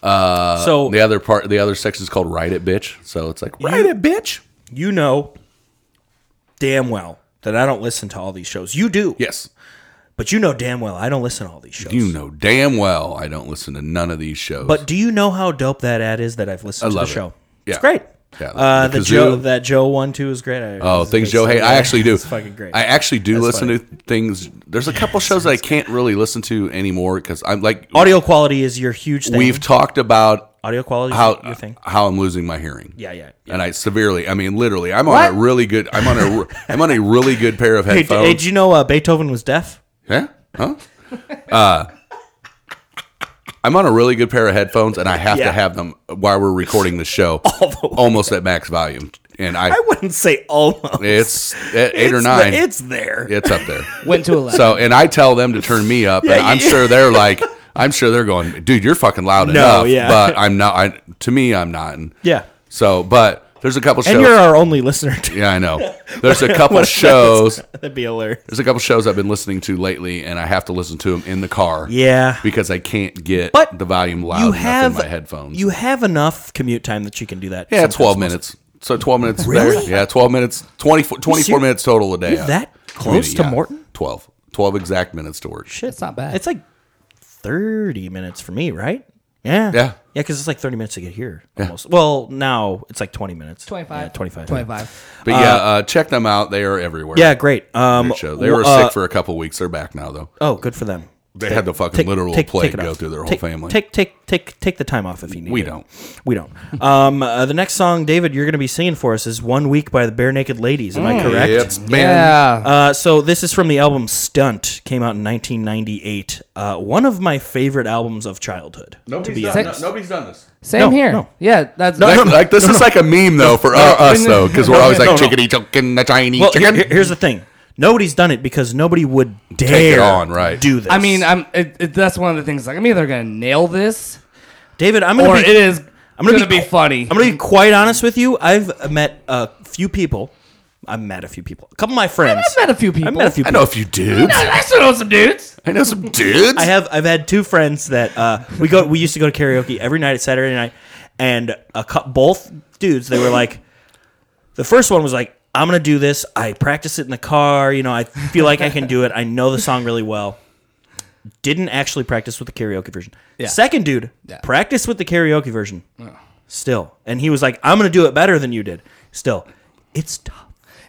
so The other part, the other section is called write it, bitch. So it's like write it, bitch. you know damn well that I don't listen to all these shows. You do, Yes, but you know damn well I don't listen to all these shows. you know damn well I don't listen to none of these shows. But do you know how dope that ad is that I've listened I to love the it. show? Yeah. It's great. Yeah, uh, the the kazoo. Joe that Joe one too is great. I, Oh, things Joe Hey, I actually do. It's fucking great. I actually do listen to things. There's a couple shows that I can't really listen to anymore because I'm like Audio quality is your huge thing. We've talked about audio quality is how uh, your thing. how I'm losing my hearing. Yeah, yeah, yeah. And I severely, I mean, literally, I'm on a What? really good. I'm on a. I'm on a really good pair of Hey, d- headphones. hey, did you know uh, Beethoven was deaf? Yeah? Huh? Uh, I'm on a really good pair of headphones, and I have to Yeah. Oh. have them while we're recording the show, almost at max volume. And I, I wouldn't say almost. it's at eight or It's the- nine. It's there. it's up there. Went to 11. So, and I tell them to turn me up, and I'm sure they're like, I'm sure they're going, dude, you're fucking loud enough. yeah. But I'm not. I, to me, I'm not. And Yeah. So, but there's a couple shows. And you're our only listener. Too. yeah, I know. There's a couple shows. That'd be hilarious. There's a couple shows I've been listening to lately, and I have to listen to them in the car. Yeah. Because I can't get But the volume loud you enough have in my headphones. You have enough commute time that you can do that. yeah, sometimes. 12 minutes. So 12 minutes there. Yeah, 12 minutes. 24, 24 serious? minutes total a day. You're that close to Morton? 12. 12 exact minutes to work. Shit, That's not bad. It's like thirty minutes for me, right? Yeah, Yeah. yeah. Because it's like thirty minutes to get here. Almost. Well, now it's like twenty minutes. 25. Yeah, Twenty-five. 25. But yeah, uh, check them out. They are everywhere. Yeah, great. Um, Great show. They were uh, sick for a couple weeks. They're back now, though. Oh, good for them. They had the fucking Take- literal take- plague take it go off. through their whole Take- family. Take take take take the time off if you need. we it. don't. We don't. Um, uh, the next song, David, you're going to be singing for us is "One Week" by the Bare Naked Ladies. Am Mm, I correct? It's been Yeah. Uh, so this is from the album Stunt, came out in 1998. Uh, one of my favorite albums of childhood. nobody's, be done, no, honest. nobody's done this. Same no, here. no. Yeah, that's Like, like, this is like a meme though for uh, us though because we're always like chickadee chicken, the Chinese Well, chicken. here- here's the thing. Nobody's done it because nobody would dare on, right. do this. I mean, I'm. It, it, that's one of the things. Like, I'm either gonna nail this, David, I'm or gonna be, it is. I'm gonna, be, funny. I'm gonna be quite honest with you. I've met a few people. I've met a few people. A couple of my friends. I've met a few people. I've met a few I people. know a few dudes. I still know some dudes. I know some dudes. I have I've had two friends that uh, we go we used to go to karaoke every night at Saturday night, and a cou- both dudes they were like, the first one was like, I'm gonna do this. I practice it in the car. You know, I feel like I can do it. I know the song really well. Didn't actually practice with the karaoke version. Second dude practiced with the karaoke version. Still, and he was like, I'm gonna do it better than you did. Still, it's tough.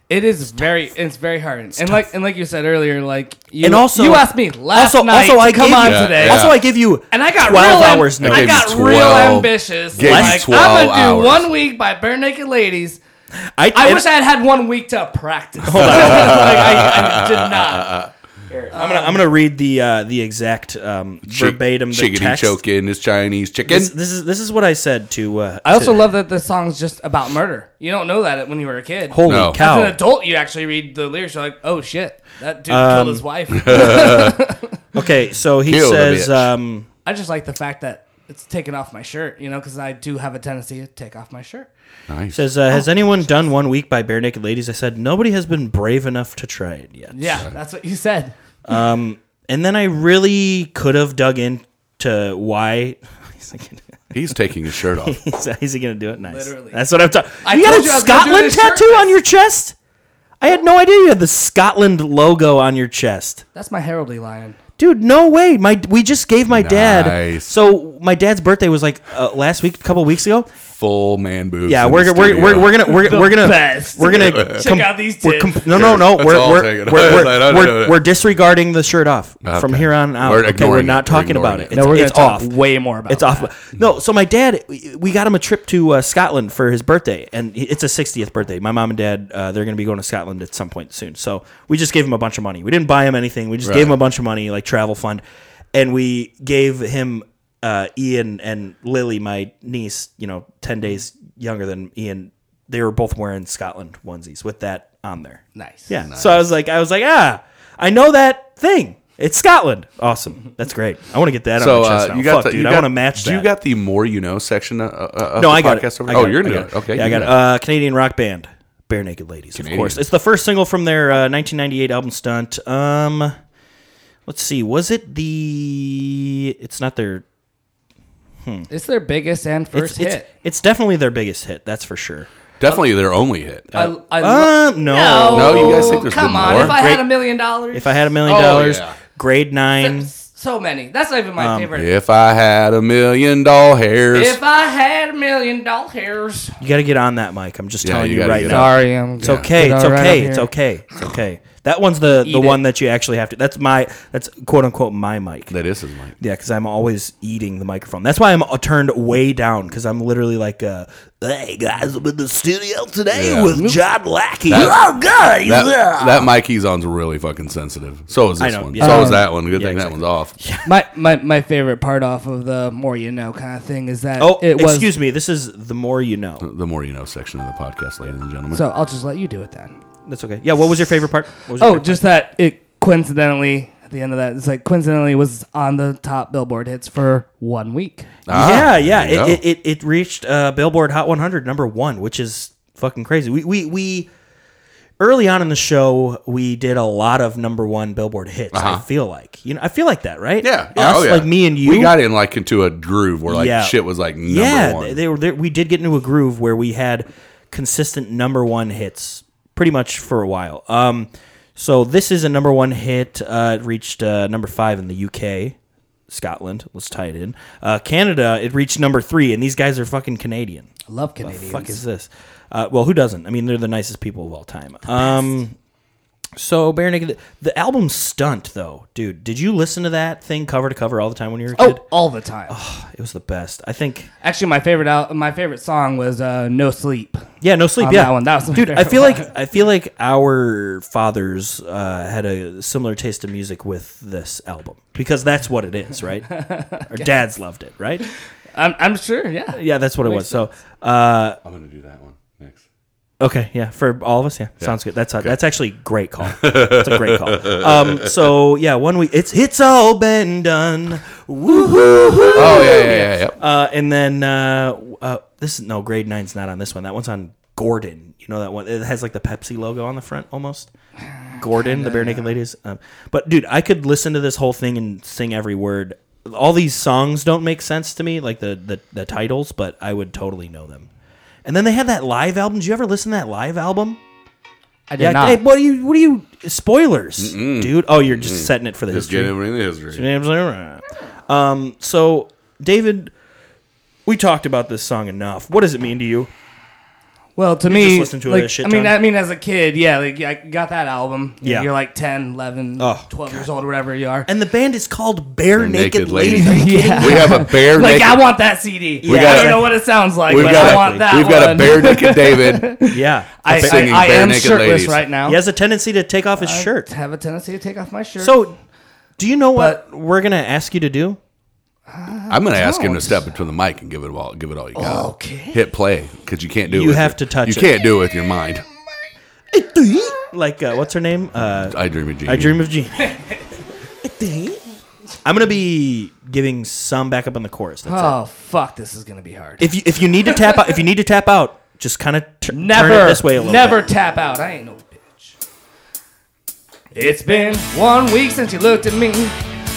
It is very. It's very hard. and like and like you said earlier, like you, And also, you asked me last also, night Also, to I come gave on you- Yeah, today. yeah. Also, I give you And I got 12 real hours Am- notice. I gave you got real 12 ambitious. gave you Like, 12 I'm gonna do hours. one week by bare naked ladies. I, I and- wish I had had one week to practice. Like, I, I did not. I'm gonna I'm gonna read the uh, the exact um, Chick- verbatim the chickadee text. choking is Chinese chicken. This, this is this is what I said to. Uh, I also to- love that this song's just about murder. You don't know that when you were a kid. holy No. As cow. an adult, you actually read the lyrics. You're like, oh shit, that dude Um, killed his wife. Okay, so he Kill the says bitch. um, I just like the fact that it's taken off my shirt, you know, because I do have a tendency to take off my shirt. nice. says uh, Oh. has anyone done one week by bare naked ladies? I said nobody has been brave enough to try it yet. Yeah, that's what you said. And then I really could have dug into why. Is he gonna- He's taking his shirt off. is, is he gonna do it? Nice. Literally. That's what I'm talking. I You got told a you I was gonna do Scotland this tattoo shirtless. on your chest. I had no idea you had the Scotland logo on your chest. That's my heraldry lion. dude no way my we just gave my dad Nice. so my dad's birthday was like uh, last week a couple weeks ago Full man boobs. yeah in we're, the gonna- we're, studio. we're, we're gonna we're, we're gonna best. we're gonna Check out these we're tits. no no no That's we're all we're, taken. we're, we're, No, no, no, we're- no. we're disregarding the shirt off from Okay. here on out We're Okay, we're ignoring it. not We're talking ignoring about it it. it's, No, we're gonna it's talk off way more about. it's off no so my dad we we got him a trip to uh, scotland for his birthday and he- it's a 60th birthday my mom and dad uh, they're going to be going to scotland at some point soon so we just gave him a bunch of money we didn't buy him anything we just gave him a bunch of money like travel fund and we gave him uh, ian and lily my niece you know 10 days younger than ian they were both wearing scotland onesies with that on there Nice. yeah so i was like i was like ah i know that thing it's Scotland. Awesome. That's great. I want to get that So on my chest uh, now. you got Fuck, the, dude. you I got- want to match that. Do you got the more you know section? Uh, uh, of No, the I got it. podcast over? I got oh, you're I gonna got do it. Okay, Yeah, I you got do it. that. Uh, Canadian rock band, Bare Naked Ladies, of course. Canadian. It's the first single from their uh, 1998 album Stunt. Um, let's see, was it the? It's not their. It's their biggest and It's, first it's, hit. it's definitely their biggest hit. That's for sure. Definitely their only hit. I, I lo- Um, no. No, you guys think there's come been on. more? If I had Great. a million dollars, If I had a million Oh, dollars, yeah. grade nine. so many. That's not even my favorite. If I had a million doll hairs, If I had a million dollars, You got to get on that, Mike. I'm just Yeah, telling you you, gotta right get now. on. sorry, I'm It's okay. Put It's it right okay. up it's here. okay. It's okay. That one's the the Eat it. one that you actually have to. That's my. That's quote unquote my mic. that is his mic. Yeah, because I'm always eating the microphone. That's why I'm uh, turned way down because I'm literally like, uh, "Hey guys, I'm in the studio today Yeah. with John Lackey." That- oh God, That, that mic he's on's really fucking sensitive. So is I this know, one. yeah. So Um, is that one. Good thing exactly. that one's off. My, my my favorite part off of the more you know kind of thing is that oh, it was. excuse me. This is the more you know. The more you know section of the podcast, ladies and gentlemen. So I'll just let you do it then. That's okay. Yeah. What was your favorite part? What was your Oh, favorite- just that it coincidentally at the end of that it's like coincidentally was on the top Billboard hits for one week. Ah, yeah, there you yeah. go. It, it, it it reached uh, Billboard Hot 100 number one, which is fucking crazy. We we we early on in the show we did a lot of number one Billboard hits. I feel like you know I feel like that right? Uh-huh. yeah, yeah, Us, oh, yeah. like me and you. We got in like into a groove where like Yeah. shit was like number yeah, one. they, they were. They, we did get into a groove where we had consistent number one hits pretty much for a while. Um, so this is a number one hit. Uh, it reached uh, number five in the UK, Scotland. Let's tie it in. Uh, Canada, it reached number three, and these guys are fucking Canadian. I love The fuck Canadians. is this? Uh, well, who doesn't? I mean, they're the nicest people of all time. Um, So bare naked. The album stunt though, dude. Did you listen to that thing cover to cover all the time when you were a Oh, kid? all the time. It was the best. I think. Actually, my favorite out, my favorite song was uh, "No Sleep." Yeah, no sleep. On yeah, that one, that was my dude. I favorite feel one. like I feel like our fathers uh, had a similar taste of music with this album because that's what it is, right? our dads loved it, right? I'm, I'm sure. Yeah. Yeah, that's what it was. So uh, I'm gonna do that one next. Okay, yeah, for all of us, yeah, sounds good. That's a, that's actually a great call. That's a great call. Um, so yeah, one week it's it's all been done, woohoo, Oh yeah, yeah, yeah. yeah. uh, and then uh, uh, this is no grade nine's not on this one. That one's on Gordon. You know that one? It has like the Pepsi logo on the front almost. Gordon, the bare naked ladies. Um, but dude, I could listen to this whole thing and sing every word. All these songs don't make sense to me, like the the, the titles, but I would totally know them. And then they had that live album. Did you ever listen to that live album? I did Yeah, not. hey, what do you? What do you? Spoilers, dude. Oh, you're just setting it for the Just history. get it in the history. Um, so David, we talked about this song enough. What does it mean to you? Well, to me, just listened to it like, a shit I mean, ton. I mean, as a kid, yeah, like I got that album. Yeah. You're like 10, 11, Oh, 12 years old, whatever you are. And the band is called Bare, Naked, Naked Ladies. Ladies. yeah. We have a bare like naked. I want that CD. We got I don't a- know what it sounds like, we've but got I a- want that. We've got one. a bare naked David. Yeah, I, I, singing I Bare am Naked shirtless Ladies. right now. he has a tendency to take off his shirt. I have a tendency to take off my shirt. So, do you know what we're gonna ask you to do? I'm gonna ask him to step into the mic and give it all. Give it all you got. Okay. Hit play because you can't do. it You with have your- to touch You it. can't do it with your mind. Like, uh, what's her name? Uh, I dream of genie. I dream of Jean. I'm gonna be giving some backup on the chorus. That's it. oh fuck, this is gonna be hard. if you if you need to tap out, if you need to tap out, just kind of t- never turn it this way a little. never bit. tap out. I ain't no bitch. It's been one week since you looked at me.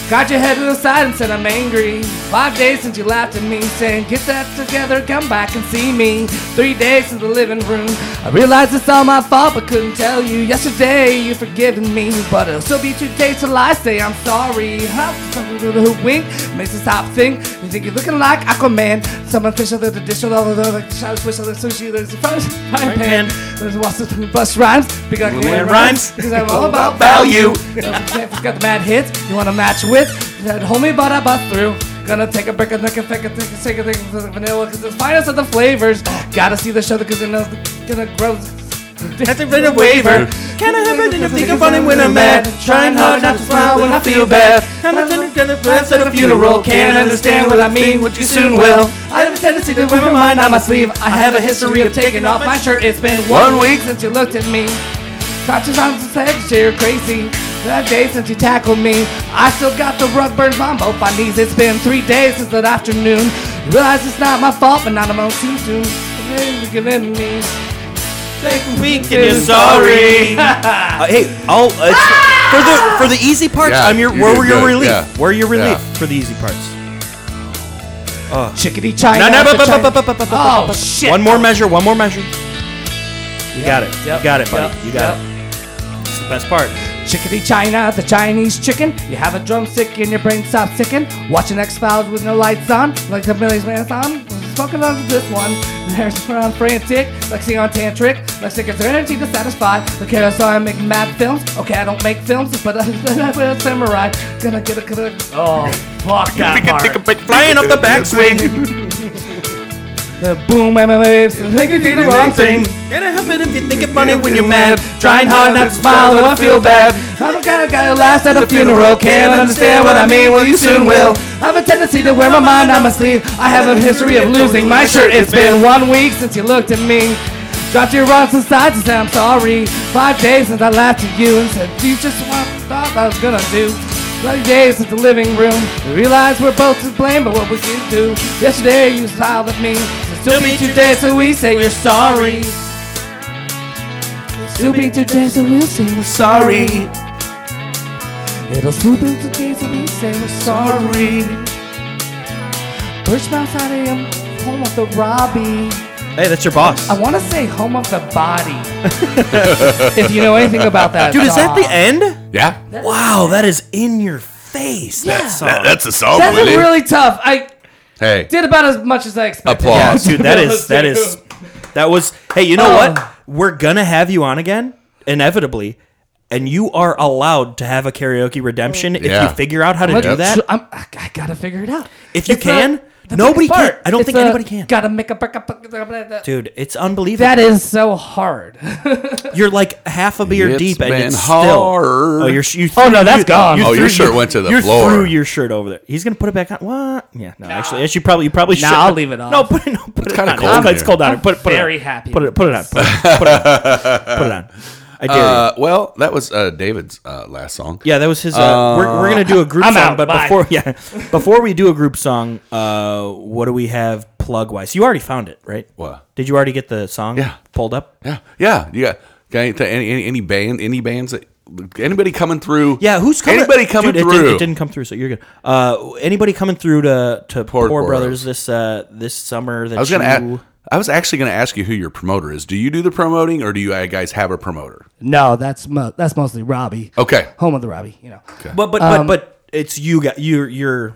Got your head to the side and said I'm angry. Five days since you laughed at me, saying get that together, come back and see me. Three days in the living room. I realized it's all my fault, but couldn't tell you. Yesterday you forgiven me, but it'll still be two days till I say I'm sorry. Huh? Something to the wink makes us stop think. You think you're looking like Aquaman? Someone fish out of the dish, all over the like, shadow swish out of the sushi. There's a frying frying pan. There's Watson who bust rhymes. Big like Luann Luann rhymes. rhymes. Because I'm all about value. Don't forget- forget the mad hits you want to match with. That homie but I bust through. Gonna take a break, a nick, a fake, a take a shake, a take a vanilla, cause it's finest of the flavors. Gotta see the show, cause it knows gonna grow. That's a bit of waiver. Can I have it if think I'm running when I'm mad? Trying hard not to smile when I feel bad. Kind of tender, tender, friends at a funeral. Can't understand what I mean, what you soon will. I have a tendency to wear my mind on my sleeve. I have a history of taking off my shirt. It's been one week since you looked at me. Caught your arms and said you're crazy. That day since you tackled me, I still got the rug burns on both my knees. It's been three days since that afternoon. Realize it's not my fault, but not alone too soon. You're giving me. Take a week and you're sorry. Uh, hey, I'll, uh, it's- for the for the easy parts, Yeah, I'm your you where did were your good, relief? yeah. Where your relief Yeah. for the easy parts? Chickadee China. No, no, after bu- bu- China. bu- bu- bu- bu- bu- Oh, shit. One more measure. One more measure. You got it. yep, you got it, buddy. yep, you got it. It's the best part. Chickadee China, the Chinese chicken. You have a drumstick and your brain stops ticking. Watching X Files with no lights on, like the Millie's Marathon. Smoking on this one. There's from frantic, like seeing on tantric, like seeking energy to satisfy. The carousel I make mad films. Okay, I don't make films, but I'm a samurai. Gonna get a. Gonna, oh, fuck that part. Flying up the backswing. The boom, and the waves, and think you did the wrong thing. Gonna happen if you think it's funny when you're mad. Trying hard not to smile when I feel bad. I'm the kind of guy who laughs at a funeral. Can't understand what I mean. Well, you soon will. I have a tendency to wear my mind on my sleeve. I have a history of losing my shirt. It's been one week since you looked at me. Dropped your arms and sides and said I'm sorry. Five days since I laughed at you and said you just what I thought I was gonna do. Bloody days since the living room. We realized we're both to blame, but what we can do. Yesterday you smiled at me. It's Still be two days so we say we're sorry. It'll be two days that we'll say we're sorry. It'll still be two days that we say we're sorry. Push Mount Saturday, I'm home of the Robbie. Hey, that's your boss. I want to say home of the body. if you know anything about that. Dude, is that the song. end? Yeah, Wow, that is in your face. That song. That- that's a song, That was Willie. really tough. I Hey, did about as much as I expected. Applause. dude that is that is that was hey you know Oh. what we're gonna have you on again inevitably and you are allowed to have a karaoke redemption Yeah. if you figure out how to Look, do that. Yep. I'm, I, I gotta figure it out. If you It's can, not the nobody biggest can. I don't It's think a- anybody can. Gotta make a. buck- buck- buck- buck- buck- buck- Dude, it's unbelievable. That is so hard. You're like half a beer It's deep, and been it's hard. still. Oh, your sh- you Oh, no, that's you- gone. Oh, your threw shirt went to the you floor. threw your shirt over there. He's gonna put it back on. What? Yeah, no. Actually, yes, you probably you probably Nah, should. I'll leave it on. No, put it. No, put it kinda on. cold It's- in It's here. cold out. Put it. Put it. very on. happy Put it. with Put it on. Put it. Put it on. Put it on. I dare you. Uh, well, that was uh, David's uh, last song. Yeah, that was his. Uh, we're, we're gonna do a group I'm song, out, but bye. before yeah, before we do a group song, uh, what do we have plug wise? You already found it, right? What? Did you already get the song? Yeah. pulled up. Yeah, yeah, you got got any any, any, any band any bands that anybody coming through? Yeah, who's coming? Anybody coming Dude, it through? didn't- It, didn't come through, so you're good. Uh, anybody coming through to to Poor, Poor Brothers Bros. this uh, this summer? That I was gonna. you, Ask, I was actually gonna ask you who your promoter is. Do you do the promoting, or do you guys have a promoter? no, that's mo- that's mostly Robbie. Okay. Home of the Robbie, you know. but but but but it's you got you you're.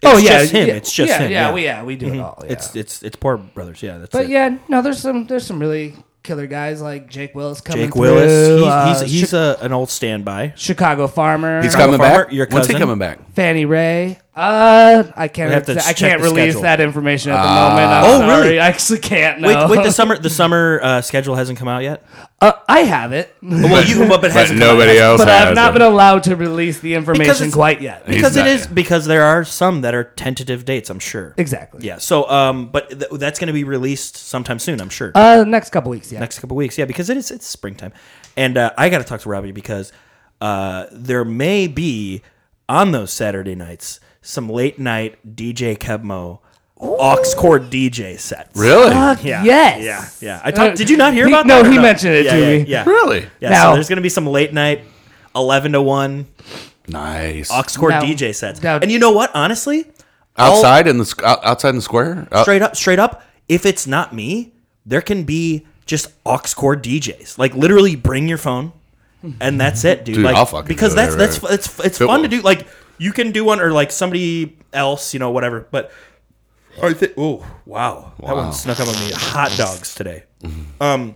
It's Um, oh yeah, just him. yeah, it's just yeah, him. Mm-hmm. Yeah, we yeah we do it all. Yeah. It's it's it's Poor Brothers. Yeah, that's but it. yeah, no, there's some there's some really killer guys like Jake Willis coming Jake Willis. through, he's uh, he's, he's Chi- a, an old standby. Chicago farmer. He's coming Farmer, back. your When's he cousin? coming back? Fannie Ray. Uh, I can't. We have to I check can't the release schedule. that information at the moment. I'm Oh, sorry. really? I actually can't. No. Wait, wait. The summer the summer uh, schedule hasn't come out yet. Uh, I have it, but Well, you but, it hasn't come out yet. else I've not been allowed to release the information it's- quite yet. He's because it not- is because there are some that are tentative dates. I'm sure. Exactly. Yeah. So, um, but th- that's going to be released sometime soon. I'm sure. Uh, next couple weeks. Yeah. Next couple weeks. Yeah, because it is it's springtime, and uh, I got to talk to Robbie because uh, there may be on those Saturday nights some late night DJ Kebmo aux chord DJ sets. Really? Yeah. Yes. Yeah. Yeah. I talked. Did you not hear about Uh, He- no, that? or he mentioned it yeah, to yeah, me. Yeah. Really? Yeah. Now- so there's going to be some late night, eleven to one Nice. Oxcord Now- DJ sets. now- and you know what? Honestly, outside in the squ- out- outside in the square. Uh, Out- Oh. straight up, straight up. If it's not me, there can be just Oxcord DJs. Like literally, bring your phone, and that's it, dude. Dude, like I'll fucking because do that's it, that's right? it's it's Fit fun to one. do. Like you can do one or like somebody else, you know, whatever. But I think oh wow, that Wow. one snuck up on me. Hot dogs today. um,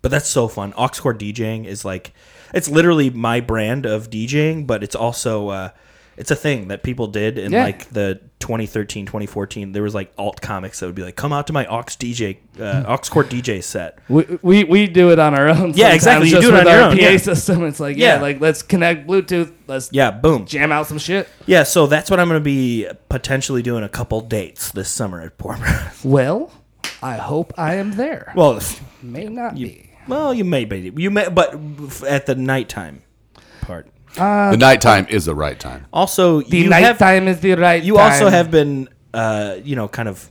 but that's so fun. Oxcord DJing is like it's literally my brand of DJing, but it's also uh, it's a thing that people did in Yeah. like the 2013 2014 there was like alt comics that would be like come out to my aux dj Hmm. uh, aux chord dj set We, we we do it on our own. Yeah, sometimes, exactly, you just do it on with your our own, PA yeah. system. It's like yeah, Yeah. like let's connect Bluetooth. Let's yeah boom jam out some shit. yeah so that's what i'm gonna be potentially doing a couple dates this summer at Bournemouth. Well, I hope I am there. well if- May not be. well you may be you may but at the nighttime part the nighttime is the right time. also The you have- nighttime is the right. you also time. have been uh you know kind of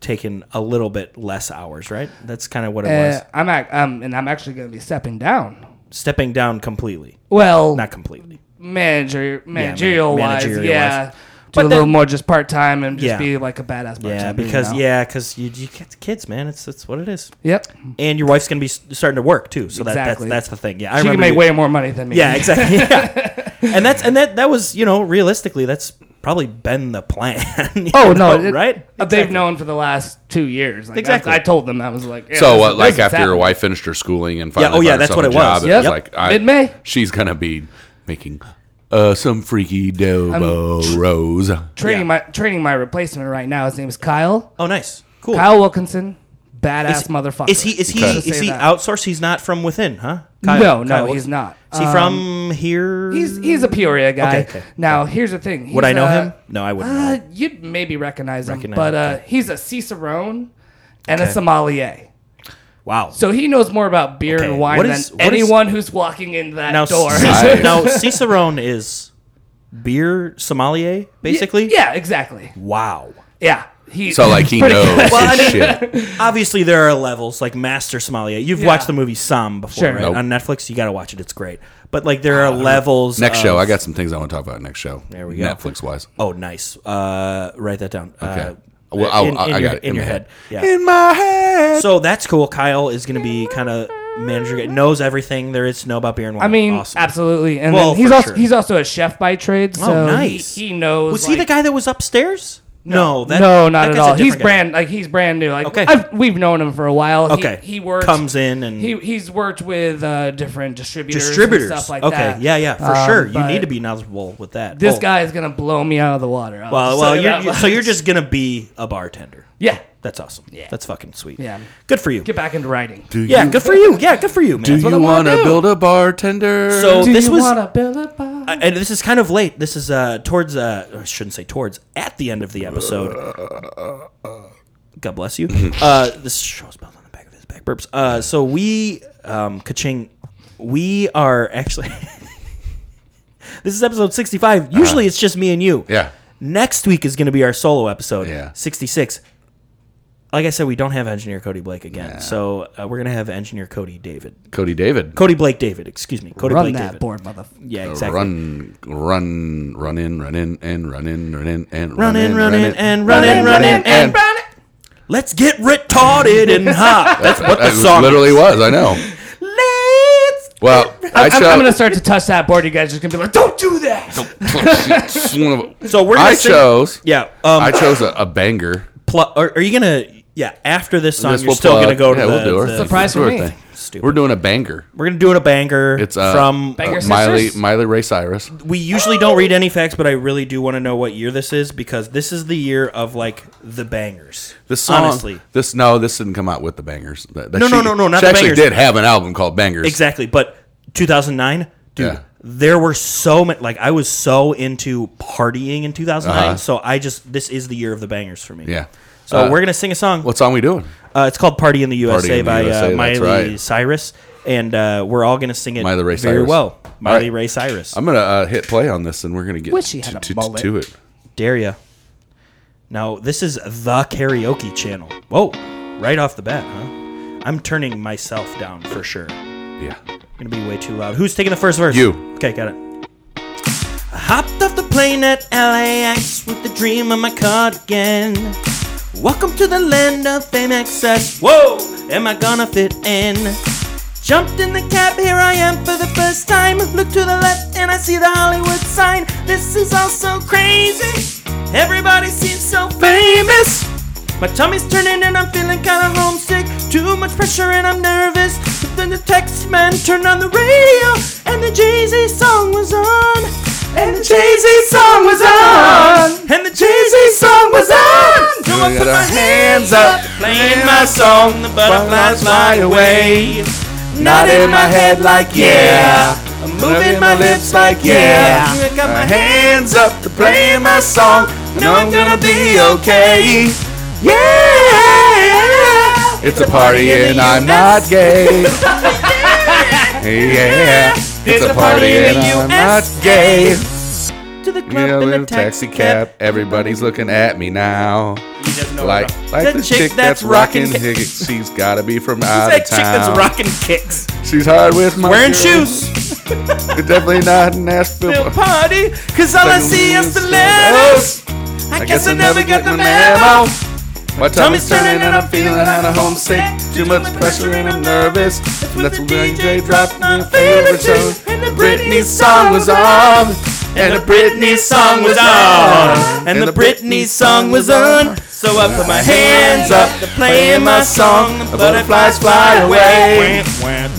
taking a little bit less hours right that's kind of what it Uh, was I'm ac- um, and I'm actually going to be stepping down. stepping down completely Well, not completely manager managerial wise, managerial yeah. wise. Do But a little then- more just part time and just Yeah. be like a badass. Part-time, Yeah, you because know? yeah, because you you get kids, man. It's that's what it is. yep, And your wife's gonna be s- starting to work too, so that, Exactly. that's that's the thing. Yeah, I she can remember make you- way more money than me. Yeah, exactly. Yeah. and that's and that that was you know realistically that's probably been the plan. you Oh no! know, it- right? uh, They've Exactly. known for the last two years. Like, Exactly. I, I told them I was like. yeah, So this- what? this like is after your happening. wife finished her schooling and finally oh, yeah, found that's herself what a it was. job, it was Yep. like I- Mid-May. She's gonna be making uh, some freaky dobo rose. training yeah. my training my replacement right now. His name is Kyle. Oh, nice, cool. Kyle Wilkinson, badass Is- motherfucker. Is he is he Just is say he that. outsourced? He's not from within, huh? No, no, Kyle- he's not. Is he Um, from here? He's he's a Peoria guy. Okay, okay. Now here's the thing. Would I He's, know uh, him? No, I wouldn't. know Uh, him. you'd maybe recognize him, Recognize but him, uh, okay. he's a Cicerone and a Okay. sommelier. Wow. So he knows more about beer Okay, and wine what is- than what is- anyone who's walking in that now, door. Cicer- now Cicerone is beer sommelier, basically. yeah, exactly. Wow. Yeah, he. So like he pretty knows good. Well, I his mean- shit. Obviously, there are levels like Master Somalia. You've Yeah. watched the movie Some before, Sure. right? Nope. Ah, On Netflix, you got to watch it. It's great. But like, there are levels. Next of- show, I got some things I want to talk about next show. There Um, we go. Netflix wise. Oh, nice. Uh, write that down. Okay. Uh, well, I'll, in, I- in I your, got it in your my head. Yeah. In my head. so that's cool. Kyle is going to be kind of manager. Knows everything there is to know about beer and wine. I mean, Awesome. absolutely. And Well, then he's for also sure. he's also a chef by trade. So Oh, nice. He, he knows. Was he like- the guy that was upstairs? No, that, no, not that at guy's a all. He's different guy. brand like he's brand new. Like Okay. I've, we've known him for a while. He- Okay. he, works Comes in and- he, he's worked with uh, different distributors, and Distributors. stuff like okay, that. yeah, yeah, for Um, sure. You but need to be knowledgeable with that. This Oh, guy is gonna blow me out of the water. I'll Well, just well, tell you you're, that you- much. so you're just gonna be a bartender. yeah. That's awesome. Yeah, that's fucking sweet. Yeah. good for you. Get back into writing. Do yeah, you, good for you. Yeah, good for you, man. Do That's what you I'm all want to about. build a bartender? So Do this you was, wanna build a bar? I- and this is kind of late. This is uh towards uh I shouldn't say towards at the end of the episode. God bless you. Uh, this show spelled on the back of his back burps. Uh, so we um kaching, we are actually. this is episode sixty-five. Usually it's just me and you. Uh-huh. yeah. Next week is going to be our solo episode. Yeah. 66. Like I said, we don't have engineer Cody Blake again. So uh, we're going to have engineer Cody David. Cody David. Cody Blake David, excuse me. Cody Run Blake that David. board, motherfucker. Yeah, exactly. Run, run, run in, run in, and run in, run in, and Run in, run in, and run in, run in, and run in. Let's get retarded and hop. That's what the That song literally was. I know. Let's Well, I I'm, shall. I'm gonna start to touch that board. You guys are just gonna be like, "Don't do that." So we're gonna I sing- chose. Yeah. Um, I chose a, a banger. pl- are, are you going to. Yeah, after this song, This you're we'll still going to plug. go to yeah, the. we'll do her. the- Surprise we'll for do her me. thing. Stupid. We're doing a banger. We're going to do it a banger. It's uh, from Banger uh, Miley Sisters? Miley Ray Cyrus. we usually don't read any facts, but I really do want to know what year this is because this is the year of like the bangers. This song, honestly, this no, this didn't come out with the bangers. That- that No, she, no, no, no, not she the actually Bangers. did have an album called Bangers. exactly. But 2009, dude, Yeah. there were so many. Like I was so into partying in 2009, Uh-huh. so I just this is the year of the bangers for me. Yeah. So Uh, we're gonna sing a song. What song we doing? Uh, it's called "Party in the USA" Party in the by USA, uh, that's Miley right. Cyrus, and uh, we're all gonna sing it Miley Ray very Cyrus. well. Miley right. Ray Cyrus. I'm gonna uh, hit play on this, and we're gonna get Wish he to, had a to- to- mullet. to it. Dare ya. Now, this is the karaoke channel. Whoa, right off the bat, huh? I'm turning myself down for sure. Yeah. Gonna be way too loud. Who's taking the first verse? You. Okay, got it. I hopped off the plane at LAX with the dream on my cardigan. Welcome to the land of fame excess. Whoa, am I gonna fit in? Jumped in the cab, here I am for the first time. Look to the left and I see the Hollywood sign. This is all so crazy. Everybody seems so famous. My tummy's turning and I'm feeling kinda homesick. Too much pressure and I'm nervous. But then the text man turned on the radio and the Jay Z song was on. And the Jay Z song was on. And the Jay Z song was on. So I We put got my our hands up, playing my song. The butterflies fly away. Nodding my head like yeah. I'm moving my lips like yeah. Uh-huh. I got my hands up to playing my song. Know I'm gonna be okay. Yeah. It's a party and I'm not gay. yeah. It's a party and I'm not gay. To the club Yeah, in in a taxi cab. Everybody's looking at me now. Like, like the, chick, that's rocking Higgins. She's gotta be from out That of chick that's town. rocking kicks, She's hard with my wearing girl. shoes, It's definitely not in Nashville. little party. Cause all I see is the Oh, letters. I guess I never got the memo. My Tummy's tummy's turning and I'm feeling out of homesick. Too much pressure and I'm nervous. And that's when DJ dropped my favorite show. And the Britney song was on. And the Britney song was on. And the Britney song was on. So I put my hands up, playing my song. The butterflies fly away.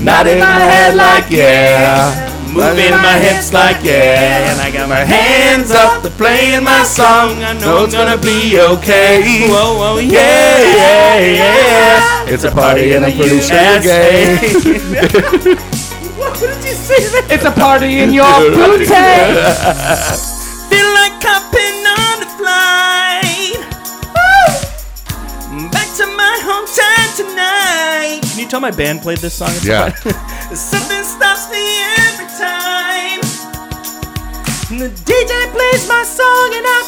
Nodding my head like yeah. Moving my hips like yeah. And I got my hands up, playing my song. I know I'm gonna be okay. Whoa, whoa, yeah, yeah, yeah. It's a party and I'm pretty sure you're gay. USA. It's a party in your booty. Feel like hopping on the flight. Woo! Back to my hometown tonight. Can you tell my band played this song? Yeah. Something stops me every time. And the DJ plays my song and I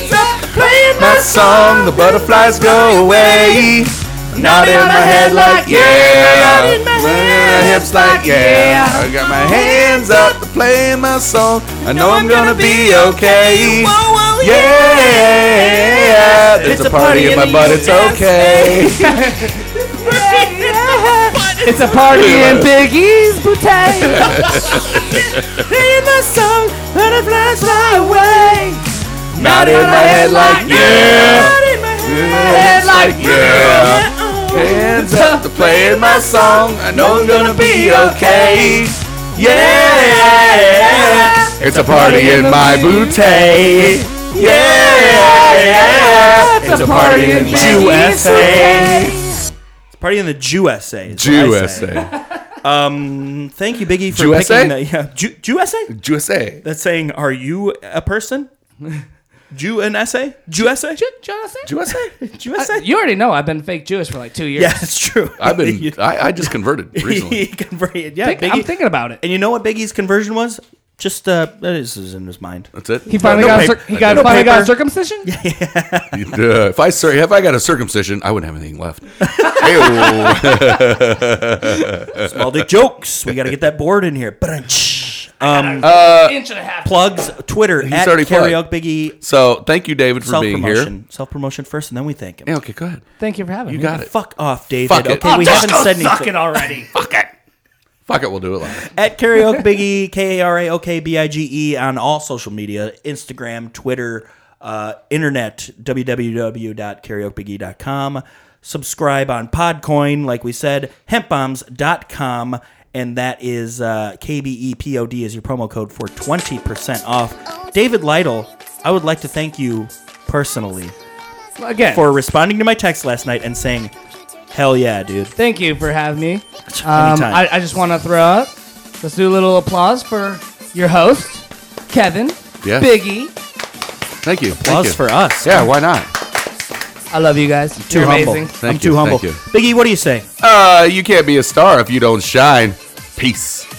feel alright. Hands up, playing my My song, the butterflies go away. Not in my head like yeah. Not in my My hips like yeah. I got my hands up, playing my song. I know I'm gonna be okay. Whoa, whoa, Yeah, It's a party in the USA. yeah. It's a party in Big E's booty. Playing my song, butterflies fly Not in my head like yeah. Head like yeah. Hands up to playing my song. I know I'm gonna be okay. Yeah. It's a party in my bootay. Yeah. It's a party in USA. It's party in the Jew essay. is what I say. USA. Um, thank you, Biggie, for Jew essay? picking that. Yeah, Jew, Jew essay. USA. That's saying, are you a person? Jew an essay? Jew essay? Jonathan? USA. Jew essay? You already know I've been fake Jewish for like two years. yeah, that's true. Uh, I've been. I, I just converted recently. he converted. Yeah, Think- Biggie. I'm thinking about it. and you know what Biggie's conversion was? Just uh, that is is in his mind. That's it. He finally No got paper. cir- he got No finally got paper. circumcision. Uh, if I sir, if I got a circumcision, I wouldn't have anything left. Ew. Small dick jokes. We got to get that board in here. Ba-dum-tsh. Um, Inch and a half. plugs Twitter at already plugged. karaoke Biggie. so thank you, David, for Self being here. promotion. Self promotion first, and then we thank him. Yeah, okay, go ahead. Thank you for having You me. got it. Fuck off, David. Fuck it. okay, we haven't said anything. already. Fuck it, we'll do it live. at karaoke biggie k a r a o k b i g e on all social media instagram twitter uh, internet www.karaokebiggie.com subscribe on podcoin like we said hempbombs.com and that is uh, kbepod is your promo code for 20% off david lytle i would like to thank you personally Again, for responding to my text last night and saying hell yeah dude thank you for having me. Um, Anytime. I, I just want to throw up. Let's do a little applause for your host, Kevin. Yes. Biggie. Thank you. Thank applause you. for us Yeah, why not? I love you guys. too You're humble amazing. i'm Thank too you, humble thank you. biggie what do you say Uh, you can't be a star if you don't shine. Peace.